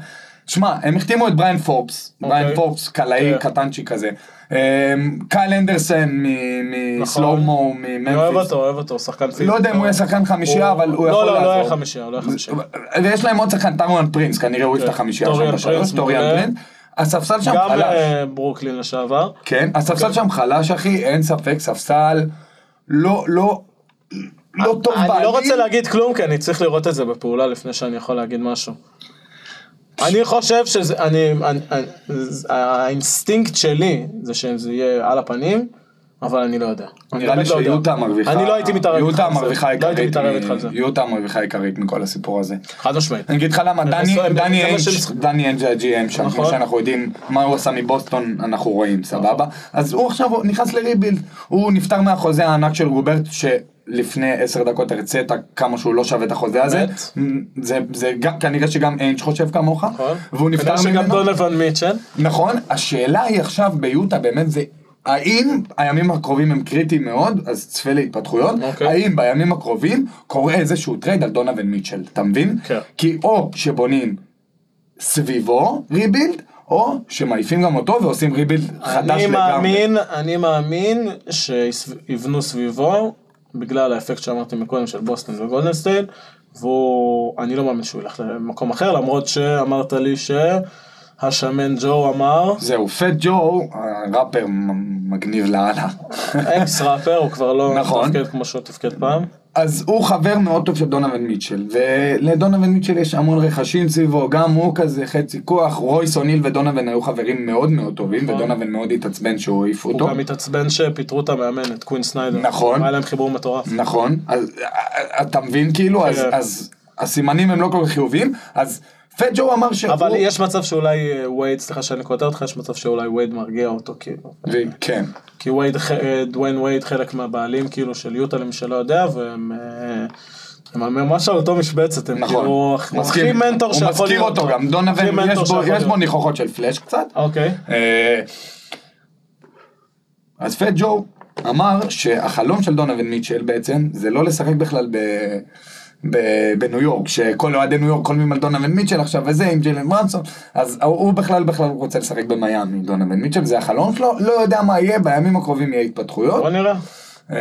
Speaker 2: שמע, הם החתימו את בריין פורבס,
Speaker 1: אוקיי.
Speaker 2: בריין פורבס, קלעי
Speaker 1: כן.
Speaker 2: קטנצ'י כזה. אה, קייל אנדרסן
Speaker 1: נכון.
Speaker 2: מסלואומו, מממפיס.
Speaker 1: אני אוהב אותו, אוהב אותו, שחקן פיזי.
Speaker 2: לא יודע אם הוא יהיה שחקן חמישייה, אבל הוא יכול
Speaker 1: לא, לא, לא
Speaker 2: לעזור. אה,
Speaker 1: יהיה חמישייה, לא יהיה חמישייה.
Speaker 2: ויש להם עוד שחקן, טריון פרינס, כנראה הוא יפתח
Speaker 1: כן.
Speaker 2: חמישייה
Speaker 1: טוריאן
Speaker 2: שם בשלוש,
Speaker 1: פרינס
Speaker 2: טוריאן
Speaker 1: מעולה.
Speaker 2: פרינס. הספסל שם
Speaker 1: גם
Speaker 2: חלש.
Speaker 1: אה, ברוקלין לשעבר.
Speaker 2: כן, הספסל שם חלש, אחי, אין ספק, ספסל לא, לא, לא טוב
Speaker 1: אני
Speaker 2: בעליל.
Speaker 1: לא רוצה להגיד כלום, כי אני צריך לראות את זה בפעולה לפני שאני יכול להגיד משהו. אני חושב שזה, אני, אני, אני, זה- האינסטינקט שלי זה שזה יהיה על הפנים, אבל אני לא יודע. אני
Speaker 2: נראה לי
Speaker 1: באמת לא יודע.
Speaker 2: שיוטה מרוויחה,
Speaker 1: אני לא הייתי מתערב איתך
Speaker 2: יוטה
Speaker 1: על זה.
Speaker 2: מרוויחה
Speaker 1: לא הייתי
Speaker 2: עיקרית,
Speaker 1: מתערב
Speaker 2: מ-
Speaker 1: איתך על זה.
Speaker 2: יוטה מרוויחה עיקרית מכל הסיפור הזה.
Speaker 1: חד משמעית.
Speaker 2: אני אגיד לך למה, דני-
Speaker 1: בסוף הם-
Speaker 2: דני
Speaker 1: זה מה
Speaker 2: אינג'
Speaker 1: שהם צריכים.
Speaker 2: דני אינג' ה-GM שם, כמו
Speaker 1: נכון.
Speaker 2: שאנחנו יודעים, מה הוא עשה מבוסטון אנחנו רואים, סבבה? אז הוא עכשיו הוא נכנס לריבילד, הוא נפטר מהחוזה הענק של גוברט, שלפני עשר דקות הרצית כמה שהוא לא שווה את החוזה הזה.
Speaker 1: באמת?
Speaker 2: זה- זה גם- כנראה שגם אינג' חושב כמוך,
Speaker 1: נכון?
Speaker 2: והוא נפטר
Speaker 1: כנראה שגם
Speaker 2: ממנו.
Speaker 1: דונלבן מיטשל.
Speaker 2: נכון, השאלה היא עכשיו ביוטה באמת זה, האם הימים הקרובים הם קריטיים מאוד, אז צפה להתפתחויות, okay.
Speaker 1: אוקיי.
Speaker 2: האם בימים הקרובים קורה איזשהו טרייד על דונאבן מיטשל, אתה מבין?
Speaker 1: כן.
Speaker 2: כי או שבונים סביבו ריבילד, או שמעיפים גם אותו ועושים ריבילד חדש לגמרי.
Speaker 1: אני מאמין, אני מאמין שיבנו סביבו, בגלל האפקט שאמרתי מקודם של בוסטון וגולדנסטיין, והוא, אני לא מאמין שהוא ילך למקום אחר, למרות שאמרת לי שהשמן ג'ו אמר,
Speaker 2: זהו, פט ג'ו, ראפר מגניב לאללה.
Speaker 1: אקס ראפר, הוא כבר לא
Speaker 2: נכון.
Speaker 1: תפקד כמו שהוא תפקד פעם.
Speaker 2: אז הוא חבר מאוד טוב של דונובין מיטשל, ולדונובין מיטשל יש המון רכשים סביבו, גם הוא כזה חצי כוח, רויס אוניל ודונובין היו חברים מאוד מאוד טובים, ודונובין מאוד התעצבן שהוא העיף
Speaker 1: נכון. הוא
Speaker 2: אותו.
Speaker 1: גם התעצבן שפיטרו את המאמן, את קווין סניידר.
Speaker 2: נכון.
Speaker 1: היה להם חיבור מטורף.
Speaker 2: נכון, אז אה, אתה מבין כאילו, אז-
Speaker 1: כן.
Speaker 2: אז הסימנים הם לא כל כך חיוביים, אז פט ג'ו אמר שהוא...
Speaker 1: אבל יש מצב שאולי אה, וייד, סליחה שאני קוטע אותך, יש מצב שאולי וייד מרגיע אותו, כאילו.
Speaker 2: ו- כן.
Speaker 1: כי וייד, ח- אה, דוויין וייד חלק מהבעלים כאילו של יוטה למי שלא יודע, והם אה, הם ממש על אותו משבצת, הם
Speaker 2: נכון,
Speaker 1: כאילו הוא
Speaker 2: מסכים.
Speaker 1: הכי מנטור
Speaker 2: הוא
Speaker 1: שיכול
Speaker 2: מזכיר
Speaker 1: להיות.
Speaker 2: אותו גם, דונובין,
Speaker 1: הכי מנטור
Speaker 2: יש בו-
Speaker 1: שיכול
Speaker 2: יש בו
Speaker 1: להיות.
Speaker 2: ניחוחות של פלאש קצת,
Speaker 1: אוקיי,
Speaker 2: אה, אז פט ג'ו אמר שהחלום של דונובין מיטשל בעצם זה לא לשחק בכלל ב... ב... בניו יורק, שכל אוהדי ניו יורק קולמים על דונובין מיטשל עכשיו וזה עם ג'ילן ברנסון, אז הוא- הוא בכלל בכלל רוצה לשחק במיאמי, דונובין מיטשל, זה החלום שלו, לא יודע מה יהיה, בימים הקרובים יהיה התפתחויות,
Speaker 1: בוא נראה.
Speaker 2: אה,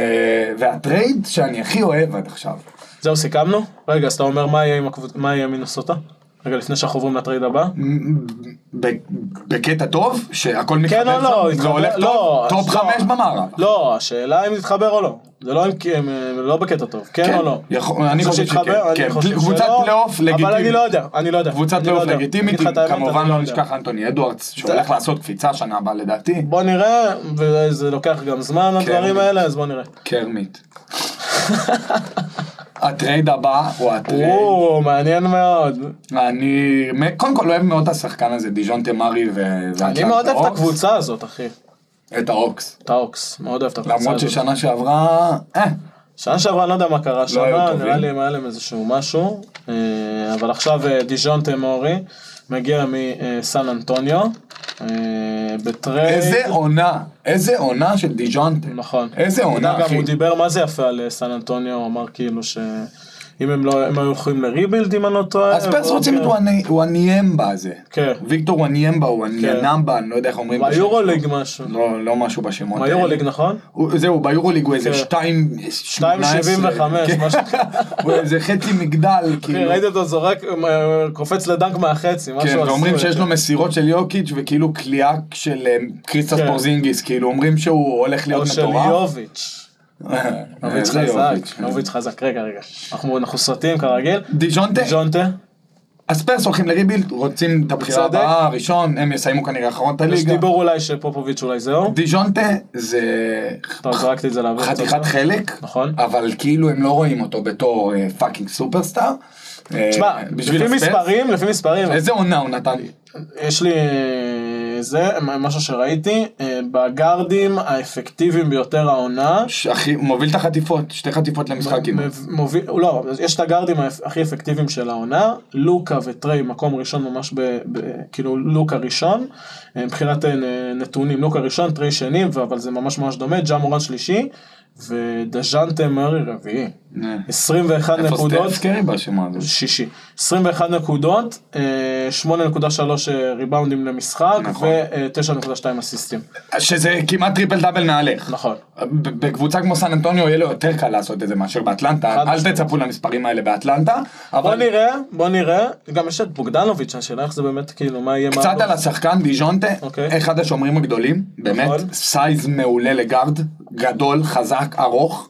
Speaker 2: והטרייד שאני הכי אוהב עד עכשיו,
Speaker 1: זהו, סיכמנו? רגע, אז אתה אומר מה יהיה עם הקבוצ- מה יהיה מינוסוטה? רגע, לפני שאנחנו עוברים לטרייד הבא?
Speaker 2: ב... בקטע טוב, שהכל מתחבר,
Speaker 1: או לא,
Speaker 2: שם, זה
Speaker 1: התחבר-
Speaker 2: הולך
Speaker 1: לא,
Speaker 2: טוב, טופ
Speaker 1: לא.
Speaker 2: חמש במערב.
Speaker 1: לא, השאלה אם נתחבר או לא. זה לא אם כי הם אה, לא בקטע טוב, כן או לא?
Speaker 2: יכול- אני חושב
Speaker 1: שיתחבר,
Speaker 2: שכן,
Speaker 1: אני
Speaker 2: כן.
Speaker 1: חושב
Speaker 2: קבוצת
Speaker 1: שלא,
Speaker 2: פלייאוף לגיטימית.
Speaker 1: אבל אני לא יודע, אני לא יודע.
Speaker 2: קבוצת
Speaker 1: אני לא
Speaker 2: פלייאוף
Speaker 1: יודע.
Speaker 2: לגיטימית,
Speaker 1: אגיד לך את האמת,
Speaker 2: כמובן
Speaker 1: אני
Speaker 2: לא
Speaker 1: יודע.
Speaker 2: נשכח אנטוני אדוארדס, שהולך לעשות קפיצה שנה הבאה לדעתי.
Speaker 1: בוא נראה, וזה לוקח גם
Speaker 2: כן.
Speaker 1: זמן הדברים האלה, אז בוא נראה.
Speaker 2: קרמיט. הטרייד הבא הוא הטרייד.
Speaker 1: או, מעניין מאוד.
Speaker 2: אני מ- קודם כל אוהב מאוד את השחקן הזה, דיז'ון תמרי ו...
Speaker 1: אני מאוד אוהב את הקבוצה הזאת, אחי.
Speaker 2: את האוקס.
Speaker 1: את האוקס, מאוד אוהב את הקבוצה הזאת.
Speaker 2: למרות ששנה שעברה... אה,
Speaker 1: שנה שעברה אני לא יודע מה קרה
Speaker 2: לא היו
Speaker 1: שנה,
Speaker 2: טובים.
Speaker 1: נראה לי אם היה להם איזשהו משהו. אה, אבל עכשיו אה, דיז'ון תמורי מגיע מסן אנטוניו. אה, בטרייד.
Speaker 2: איזה עונה, איזה עונה של דיז'ון.
Speaker 1: נכון.
Speaker 2: איזה
Speaker 1: אתה יודע,
Speaker 2: עונה,
Speaker 1: גם
Speaker 2: אחי.
Speaker 1: הוא דיבר מה זה יפה על אה, סן אנטוניו, הוא אמר כאילו ש... אם הם לא, הם היו הולכים לריבילד אם אני לא טועה.
Speaker 2: אז פרס
Speaker 1: או-
Speaker 2: רוצים את
Speaker 1: כן.
Speaker 2: וואני- וואניימבה הזה.
Speaker 1: כן.
Speaker 2: ויקטור וואניימבה, וואניימבה, אני לא יודע איך אומרים. את השם
Speaker 1: ביורוליג
Speaker 2: שלו.
Speaker 1: משהו.
Speaker 2: לא, לא משהו בשמות. האלה.
Speaker 1: ביורוליג נכון?
Speaker 2: הוא- זהו, ביורוליג הוא איזה
Speaker 1: כן.
Speaker 2: 2...
Speaker 1: 2.75, משהו כזה.
Speaker 2: כן, הוא איזה חצי מגדל,
Speaker 1: כן,
Speaker 2: כאילו.
Speaker 1: ראיתי אותו זורק, אה, קופץ לדנק מהחצי, משהו
Speaker 2: כן,
Speaker 1: הזוי.
Speaker 2: ואומרים שיש לו מסירות של יוקיץ' וכאילו קליעה של אה, קריסטס
Speaker 1: כן.
Speaker 2: פורזינגיס, כאילו אומרים שהוא הולך
Speaker 1: או
Speaker 2: להיות
Speaker 1: של
Speaker 2: מטורף.
Speaker 1: יוביץ'.
Speaker 2: אה,
Speaker 1: יוביץ'
Speaker 2: זה כן.
Speaker 1: חזק, יוביץ' חזק. רגע, רגע. אנחנו אנחנו סוטים כרגיל.
Speaker 2: דיז'ונטה,
Speaker 1: ג'ונטה,
Speaker 2: אז פרס הולכים לריבילד, רוצים את הבחירה
Speaker 1: בצדק.
Speaker 2: הבאה, הראשון, הם יסיימו כנראה אחרון את
Speaker 1: יש
Speaker 2: הליגה.
Speaker 1: דיבור אולי שפופוביץ' אולי זהו.
Speaker 2: דיז'ונטה זה
Speaker 1: טוב, זרקתי את זה לאוויר.
Speaker 2: חתיכת
Speaker 1: תודה.
Speaker 2: חלק,
Speaker 1: נכון.
Speaker 2: אבל כאילו הם לא רואים אותו בתור אה, פאקינג סופרסטאר. אה,
Speaker 1: תשמע,
Speaker 2: בשביל
Speaker 1: לפי
Speaker 2: הספייס.
Speaker 1: מספרים, לפי מספרים,
Speaker 2: איזה עונה הוא נתן?
Speaker 1: יש לי אה, זה, מ- משהו שראיתי, אה, בגארדים האפקטיביים ביותר העונה,
Speaker 2: ש- אחי, הוא מוביל את החטיפות, שתי חטיפות למשחק כמעט.
Speaker 1: מב- מוביל, לא, יש את הגארדים האפ- הכי אפקטיביים של העונה, לוקה וטריי מקום ראשון ממש, ב, ב, כאילו לוקה ראשון, אה, מבחינת אה, נ- נתונים, לוקה ראשון, טריי שני, ו- אבל זה ממש ממש דומה, ג'ה מורן שלישי, ודז'אנטה מרי רביעי,
Speaker 2: אה.
Speaker 1: 21
Speaker 2: איפה
Speaker 1: נקודות,
Speaker 2: סטף קרי ברשימה הזאת?
Speaker 1: שישי. 21 נקודות, אה, 8.3 אה, ריבאונדים למשחק,
Speaker 2: נכון.
Speaker 1: ו-9.2 אסיסטים.
Speaker 2: שזה כמעט טריפל דאבל מעליך.
Speaker 1: נכון.
Speaker 2: ב- בקבוצה כמו סן אנטוניו יהיה לו יותר קל לעשות את זה מאשר באטלנטה,
Speaker 1: חד
Speaker 2: אל
Speaker 1: משמעית.
Speaker 2: תצפו למספרים האלה באטלנטה,
Speaker 1: בוא
Speaker 2: אבל
Speaker 1: נראה, בוא נראה, גם יש את בוגדנוביץ', השאלה איך זה באמת, כאילו, מה יהיה... מה
Speaker 2: קצת
Speaker 1: לא.
Speaker 2: על השחקן דיז'ונטה,
Speaker 1: אוקיי.
Speaker 2: אחד השומרים הגדולים,
Speaker 1: נכון.
Speaker 2: באמת, סייז מעולה לגארד, גדול, חזק, ארוך,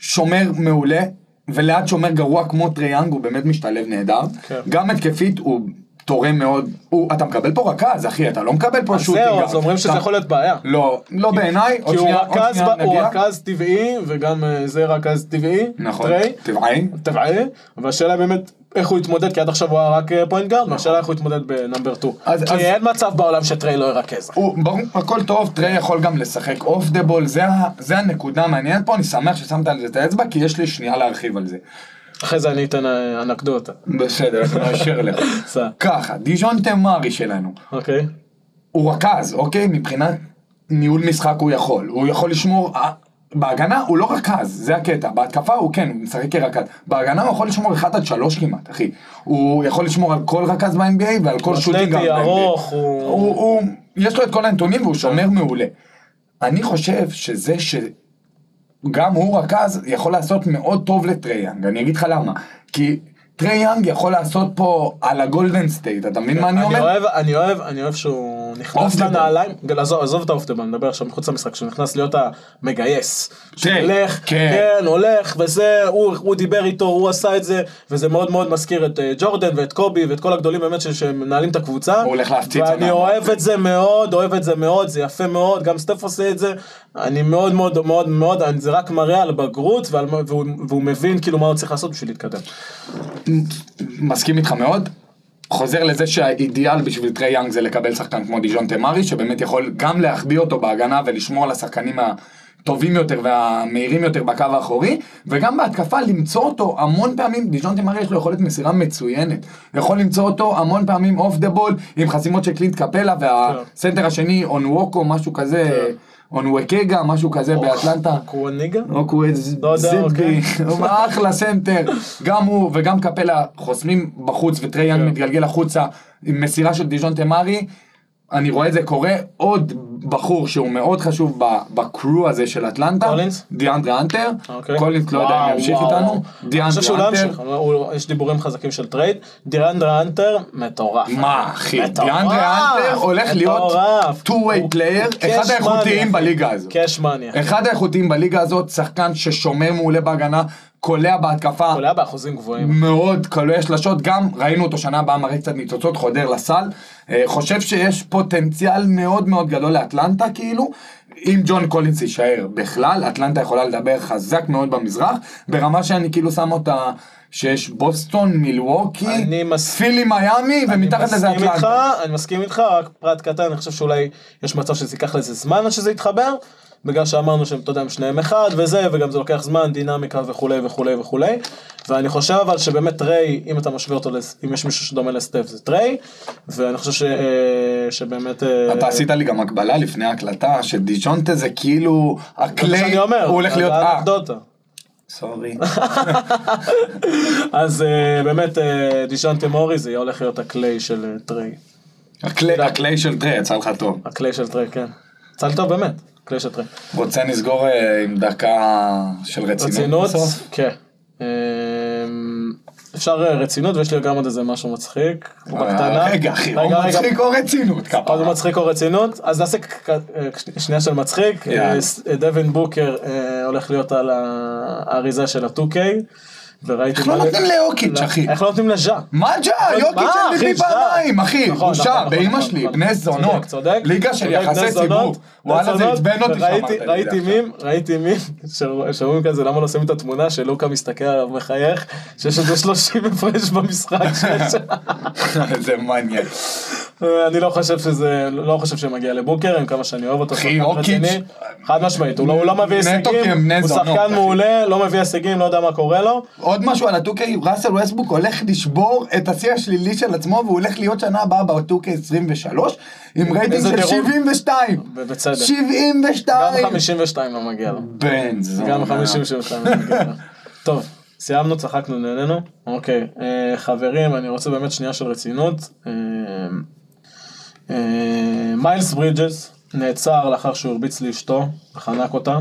Speaker 2: שומר מעולה, וליד שומר גרוע כמו טרייאנג, הוא באמת משתלב נהדר,
Speaker 1: כן.
Speaker 2: גם התקפית הוא תורם מאוד, הוא- אתה מקבל פה רכז אחי, אתה לא מקבל פה שוטינג,
Speaker 1: זהו,
Speaker 2: גארד.
Speaker 1: אז אומרים שזה
Speaker 2: אתה-
Speaker 1: יכול להיות בעיה.
Speaker 2: לא, לא בעיניי, עוד
Speaker 1: כי הוא
Speaker 2: שנייה- עוד
Speaker 1: רכז
Speaker 2: שנייה
Speaker 1: ב- הוא
Speaker 2: נגיע.
Speaker 1: רכז טבעי, וגם אה, זה רכז טבעי,
Speaker 2: נכון,
Speaker 1: טריי,
Speaker 2: טבעי.
Speaker 1: טבעי, והשאלה באמת... איך הוא יתמודד, כי עד עכשיו הוא היה רק אה, פוינט גארד, והשאלה איך הוא יתמודד בנאמבר 2.
Speaker 2: אז- אז-
Speaker 1: כי אין מצב בעולם שטריי לא ירכז.
Speaker 2: הוא, ברור, הכל טוב, טריי יכול גם לשחק אוף דה בול, זה, ה- זה הנקודה המעניינת פה, אני שמח ששמת על זה את האצבע, כי יש לי שנייה להרחיב על זה.
Speaker 1: אחרי זה אני אתן אה, אנקדוטה.
Speaker 2: בסדר, אני מאשר לך.
Speaker 1: סע.
Speaker 2: ככה, דיז'ון תמרי שלנו,
Speaker 1: אוקיי.
Speaker 2: הוא רכז, אוקיי? מבחינת ניהול משחק הוא יכול, הוא יכול לשמור... אה, בהגנה הוא לא רכז, זה הקטע, בהתקפה הוא כן, הוא משחק כרכז, בהגנה הוא יכול לשמור 1 עד 3 כמעט, אחי. הוא יכול לשמור על כל רכז ב-NBA ועל כל שוטינג גם
Speaker 1: אתלטי,
Speaker 2: ב-NBA.
Speaker 1: ארוך, הוא-
Speaker 2: הוא, הוא, יש לו את כל הנתונים והוא שומר מעולה. אני חושב שזה שגם הוא רכז יכול לעשות מאוד טוב לטרייאנג, אני אגיד לך למה. כי טרייאנג יכול לעשות פה על הגולדן סטייט, אתה מבין מה אני
Speaker 1: אני
Speaker 2: אומר?
Speaker 1: אוהב, אני אוהב, אני אוהב שהוא
Speaker 2: Off the
Speaker 1: נכנס
Speaker 2: ball.
Speaker 1: לנעליים, גל, עזוב, עזוב את האופטבל, נדבר עכשיו מחוץ למשחק, שהוא נכנס להיות המגייס. שהוא
Speaker 2: כן,
Speaker 1: הולך,
Speaker 2: כן.
Speaker 1: כן, הולך, וזה, הוא, הוא דיבר איתו, הוא עשה את זה, וזה מאוד מאוד מזכיר את אה, ג'ורדן ואת קובי ואת כל הגדולים באמת ש- שמנהלים את הקבוצה.
Speaker 2: הוא הולך להפציץ
Speaker 1: ואני
Speaker 2: עונה.
Speaker 1: אוהב את זה מאוד, אוהב את זה מאוד, זה יפה מאוד, גם סטף עושה את זה. אני מאוד מאוד מאוד מאוד, אני- זה רק מראה על בגרות ועל, מה- והוא, והוא מבין כאילו מה הוא צריך לעשות בשביל להתקדם.
Speaker 2: מסכים איתך מאוד. חוזר לזה שהאידיאל בשביל טרי יאנג זה לקבל שחקן כמו דיז'ון תמרי, שבאמת יכול גם להחביא אותו בהגנה ולשמור על השחקנים הטובים יותר והמהירים יותר בקו האחורי, וגם בהתקפה למצוא אותו המון פעמים, דיז'ון תמרי יש לו יכולת מסירה מצוינת. יכול למצוא אותו המון פעמים אוף דה בול, עם חסימות של קלינט קפלה, והסנטר השני אונווקו, משהו כזה, אונווקגה, משהו כזה באטלנטה.
Speaker 1: קוואניגה?
Speaker 2: אוקוויז,
Speaker 1: לא יודע,
Speaker 2: זיפי,
Speaker 1: אוקיי.
Speaker 2: הוא אחלה סנטר, גם הוא וגם קפלה חוסמים בחוץ וטרייאן
Speaker 1: כן.
Speaker 2: מתגלגל החוצה עם מסירה של דיז'ון תמרי, אני רואה את זה קורה, עוד בחור שהוא מאוד חשוב ב- בקרו הזה של אטלנטה,
Speaker 1: קולינס?
Speaker 2: דיאנדרה אנטר,
Speaker 1: אוקיי.
Speaker 2: קולינס לא יודע אם
Speaker 1: וואו,
Speaker 2: ימשיך
Speaker 1: וואו.
Speaker 2: איתנו,
Speaker 1: אני חושב שהוא
Speaker 2: דיאנדרה
Speaker 1: לא
Speaker 2: אנטר,
Speaker 1: ימשיך, אבל הוא- יש דיבורים חזקים של טרייד, דיאנדרה אנטר מטורף.
Speaker 2: מה אחי,
Speaker 1: מטורף,
Speaker 2: דיאנדרה אנטר הולך להיות
Speaker 1: מטורף.
Speaker 2: two-way player, אחד
Speaker 1: cash
Speaker 2: האיכותיים
Speaker 1: money, אחי. כן.
Speaker 2: בליגה הזאת.
Speaker 1: קאש מניה.
Speaker 2: אחד האיכותיים בליגה הזאת, שחקן ששומר מעולה בהגנה, קולע בהתקפה,
Speaker 1: עולה באחוזים גבוהים.
Speaker 2: מאוד קולע שלשות, גם ראינו אותו שנה הבאה מראה קצת ניצוצות, חודר לסל. אה, חושב שיש פוטנציאל מאוד מאוד גדול לאטלנטה כאילו. אם ג'ון קולינס יישאר בכלל, אטלנטה יכולה לדבר חזק מאוד במזרח, ברמה שאני כאילו שם אותה שיש בוסטון, מילווקי,
Speaker 1: אני מס-
Speaker 2: פילי מיאמי, ומתחת לזה
Speaker 1: מסכים איתך,
Speaker 2: אטלנטה.
Speaker 1: אני מסכים איתך, רק פרט קטן, אני חושב שאולי יש מצב שזה ייקח לזה זמן עד שזה יתחבר, בגלל שאמרנו שהם, אתה יודע, הם שניהם אחד וזה, וגם זה לוקח זמן, דינמיקה וכולי וכולי וכולי, ואני חושב אבל שבאמת טריי, אם אתה משווה אותו, לס- אם יש מישהו שדומה לסטף זה טריי, ואני חושב ש- אה, שבאמת... אה,
Speaker 2: אתה עשית לי גם הקבלה לפני ההקלטה, שדיג'ונטה זה כאילו
Speaker 1: זה מה
Speaker 2: הקליי,
Speaker 1: שאני אומר,
Speaker 2: הוא הולך להיות,
Speaker 1: זה
Speaker 2: אה,
Speaker 1: אנקדוטה.
Speaker 2: סורי.
Speaker 1: אז אה, באמת, אה, דישנטה מורי זה הולך להיות הקליי של אה, טריי.
Speaker 2: הקלי- הקליי של טרי יצא לך טוב.
Speaker 1: הקליי של טריי, כן. צל טוב באמת, קליי של טריי.
Speaker 2: רוצה נסגור אה, עם דקה של רצינות
Speaker 1: רצינות,
Speaker 2: בסוף?
Speaker 1: כן. אה, אפשר אה, רצינות, ויש לי גם עוד איזה משהו מצחיק. בקטנה.
Speaker 2: אה, רגע אחי, או
Speaker 1: רגע, אה, רגע.
Speaker 2: מצחיק או רצינות
Speaker 1: עוד
Speaker 2: כפרה.
Speaker 1: מצחיק או רצינות? אז נעשה ק- אה, שנייה של מצחיק.
Speaker 2: יאללה.
Speaker 1: אה, ס- אה, דווין בוקר אה, הולך להיות על האריזה של ה-2K. וראיתי...
Speaker 2: איך לא
Speaker 1: מלא-
Speaker 2: נותנים לאוקיץ' אחי?
Speaker 1: איך לא נותנים לז'ה?
Speaker 2: מה ג'ה? יוקיץ'
Speaker 1: מה, אה, אחי,
Speaker 2: MVP
Speaker 1: ז'ה?
Speaker 2: פעמיים, אחי,
Speaker 1: נכון,
Speaker 2: בושה,
Speaker 1: נכון,
Speaker 2: באימא
Speaker 1: נכון,
Speaker 2: שלי,
Speaker 1: נכון.
Speaker 2: בני זונות.
Speaker 1: צודק, צודק.
Speaker 2: ליגה של
Speaker 1: צודק, בני
Speaker 2: יחסי ציבור.
Speaker 1: זונות,
Speaker 2: וואלה,
Speaker 1: בני
Speaker 2: זה
Speaker 1: זונות,
Speaker 2: עצבן אותי שאמרת
Speaker 1: וראיתי-
Speaker 2: לי את זה
Speaker 1: ראיתי
Speaker 2: עכשיו.
Speaker 1: מים, ראיתי מים, ש- שאומרים כזה, למה לא שמים את התמונה שלוקה מסתכל עליו מחייך, שיש איזה 30 הפרש במשחק שיש.
Speaker 2: זה מניאק.
Speaker 1: אני לא חושב שזה, לא חושב שמגיע לבוקר, עם כמה שאני אוהב אותו.
Speaker 2: אחי,
Speaker 1: שחקן
Speaker 2: יוקיץ'.
Speaker 1: רציני. חד משמעית, הוא לא- הוא לא מביא
Speaker 2: נטו
Speaker 1: הישגים,
Speaker 2: כבני
Speaker 1: הוא
Speaker 2: זונות,
Speaker 1: שחקן
Speaker 2: אחי.
Speaker 1: מעולה, לא מביא הישגים, לא יודע מה קורה לו.
Speaker 2: עוד משהו על הטוקיי, ראסל ווסטבוק הולך לשבור את השיא השלילי של עצמו והוא הולך להיות שנה הבאה בטוקיי 23 עם רייטינג
Speaker 1: איזה
Speaker 2: של
Speaker 1: דירוג?
Speaker 2: 72.
Speaker 1: ובצדק. גם
Speaker 2: 72.
Speaker 1: 52 לא מגיע לו.
Speaker 2: בן זונה.
Speaker 1: גם 52. כן. טוב, סיימנו, צחקנו, נהנינו. אוקיי, אה, חברים, אני רוצה באמת שנייה של רצינות. אה, אה, מיילס ברידג'ס נעצר לאחר שהוא הרביץ לאשתו, חנק אותה.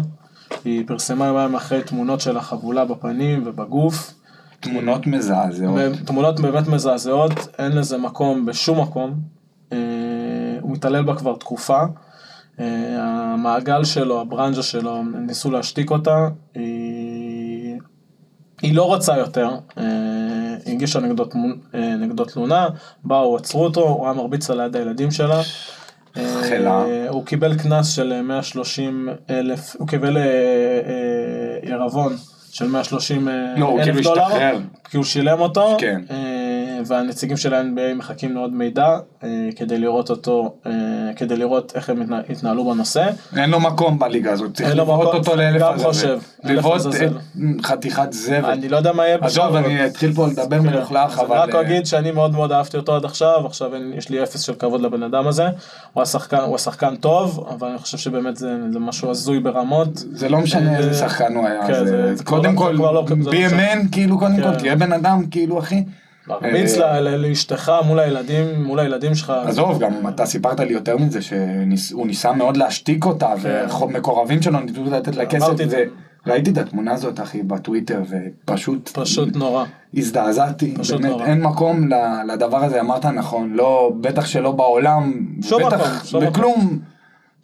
Speaker 1: היא פרסמה יומיים אחרי תמונות של החבולה בפנים ובגוף.
Speaker 2: תמונות מזעזעות.
Speaker 1: תמונות באמת מזעזעות, אין לזה מקום בשום מקום. אה, הוא מתעלל בה כבר תקופה. אה, המעגל שלו, הברנז'ה שלו, הם ניסו להשתיק אותה. היא, היא לא רצה יותר. אה, היא הגישה נגדו, תמונ- אה, נגדו תלונה, באו, עצרו אותו, הוא היה מרביץ על יד הילדים שלה. אה,
Speaker 2: חלה.
Speaker 1: הוא קיבל קנס של 130 אלף, הוא קיבל אה, אה, עירבון של 130
Speaker 2: לא, הוא
Speaker 1: אלף
Speaker 2: כאילו
Speaker 1: דולר.
Speaker 2: השתחרר.
Speaker 1: כי הוא שילם אותו,
Speaker 2: כן.
Speaker 1: אה, והנציגים של ה-NBA מחכים לעוד מידע אה, כדי לראות אותו, אה, כדי לראות איך הם התנה- התנהלו בנושא.
Speaker 2: אין לו מקום בליגה הזאת, צריך
Speaker 1: אין לו
Speaker 2: לבעוט
Speaker 1: מקום,
Speaker 2: אותו לאלף
Speaker 1: גם
Speaker 2: עזאזל.
Speaker 1: חושב, אלף
Speaker 2: לבעוט
Speaker 1: עזאזל.
Speaker 2: את חתיכת זבל.
Speaker 1: אני לא יודע מה יהיה.
Speaker 2: עזוב, אני אתחיל פה לדבר
Speaker 1: כן,
Speaker 2: מלוכלך,
Speaker 1: אז אני
Speaker 2: אבל...
Speaker 1: רק
Speaker 2: אה,
Speaker 1: אגיד שאני מאוד מאוד אהבתי אותו עד עכשיו, עכשיו אין- יש לי אפס של כבוד לבן אדם הזה. הוא השחקן, הוא השחקן טוב, אבל אני חושב שבאמת זה, זה משהו הזוי ברמות.
Speaker 2: זה לא משנה
Speaker 1: אה,
Speaker 2: איזה שחקן הוא היה,
Speaker 1: כן,
Speaker 2: זה-
Speaker 1: זה- זה
Speaker 2: קודם
Speaker 1: כבר-
Speaker 2: כל,
Speaker 1: זה כבר לא- זה לא
Speaker 2: be a
Speaker 1: משנה.
Speaker 2: man, כאילו, קודם
Speaker 1: כן.
Speaker 2: כל, תהיה בן אדם, כאילו, אחי.
Speaker 1: מרביץ
Speaker 2: אה,
Speaker 1: ל- ל- לאשתך מול הילדים, מול הילדים שלך.
Speaker 2: עזוב, גם אתה סיפרת לי יותר מזה, שהוא ניסה מאוד להשתיק אותה, ומקורבים שלו ניסו לתת לה כסף,
Speaker 1: כן. אמרתי את זה.
Speaker 2: וראיתי את התמונה הזאת, אחי, בטוויטר, ופשוט...
Speaker 1: פשוט נורא.
Speaker 2: הזדעזעתי,
Speaker 1: פשוט
Speaker 2: באמת
Speaker 1: נורא.
Speaker 2: אין מקום ל- לדבר הזה, אמרת נכון, לא, בטח שלא בעולם,
Speaker 1: שום מקום,
Speaker 2: בטח
Speaker 1: שום מקום. כן.
Speaker 2: בכלום,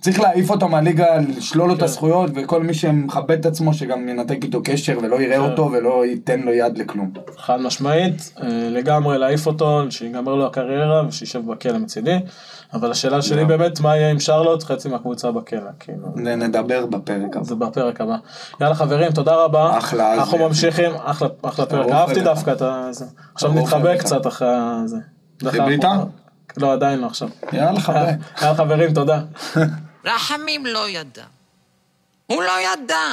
Speaker 2: צריך להעיף אותו מהליגה, לשלול לו את הזכויות, וכל מי שמכבד את עצמו שגם ינתק איתו קשר ולא
Speaker 1: כן.
Speaker 2: יראה אותו ולא ייתן לו יד לכלום.
Speaker 1: חד משמעית, אה, לגמרי להעיף אותו, שיגמר לו הקריירה ושישב בכלא מצידי, אבל השאלה שלי באמת, מה יהיה עם שרלוט, חצי מהקבוצה בכלא, כאילו,
Speaker 2: נדבר בפרק הבא.
Speaker 1: זה בפרק הבא. יאללה חברים, תודה רבה.
Speaker 2: אחלה, אז-
Speaker 1: אנחנו ממשיכים, אחלה, אחלה פרק,
Speaker 2: ארוך
Speaker 1: אהבתי
Speaker 2: אליך.
Speaker 1: דווקא את זה. עכשיו
Speaker 2: ארוך
Speaker 1: נתחבק
Speaker 2: אליך.
Speaker 1: קצת אחרי זה.
Speaker 2: חיבית?
Speaker 1: לא, עדיין לא עכשיו.
Speaker 2: יאללה חבר.
Speaker 1: יאללה חברים, תודה.
Speaker 3: רחמים לא ידע. הוא לא ידע.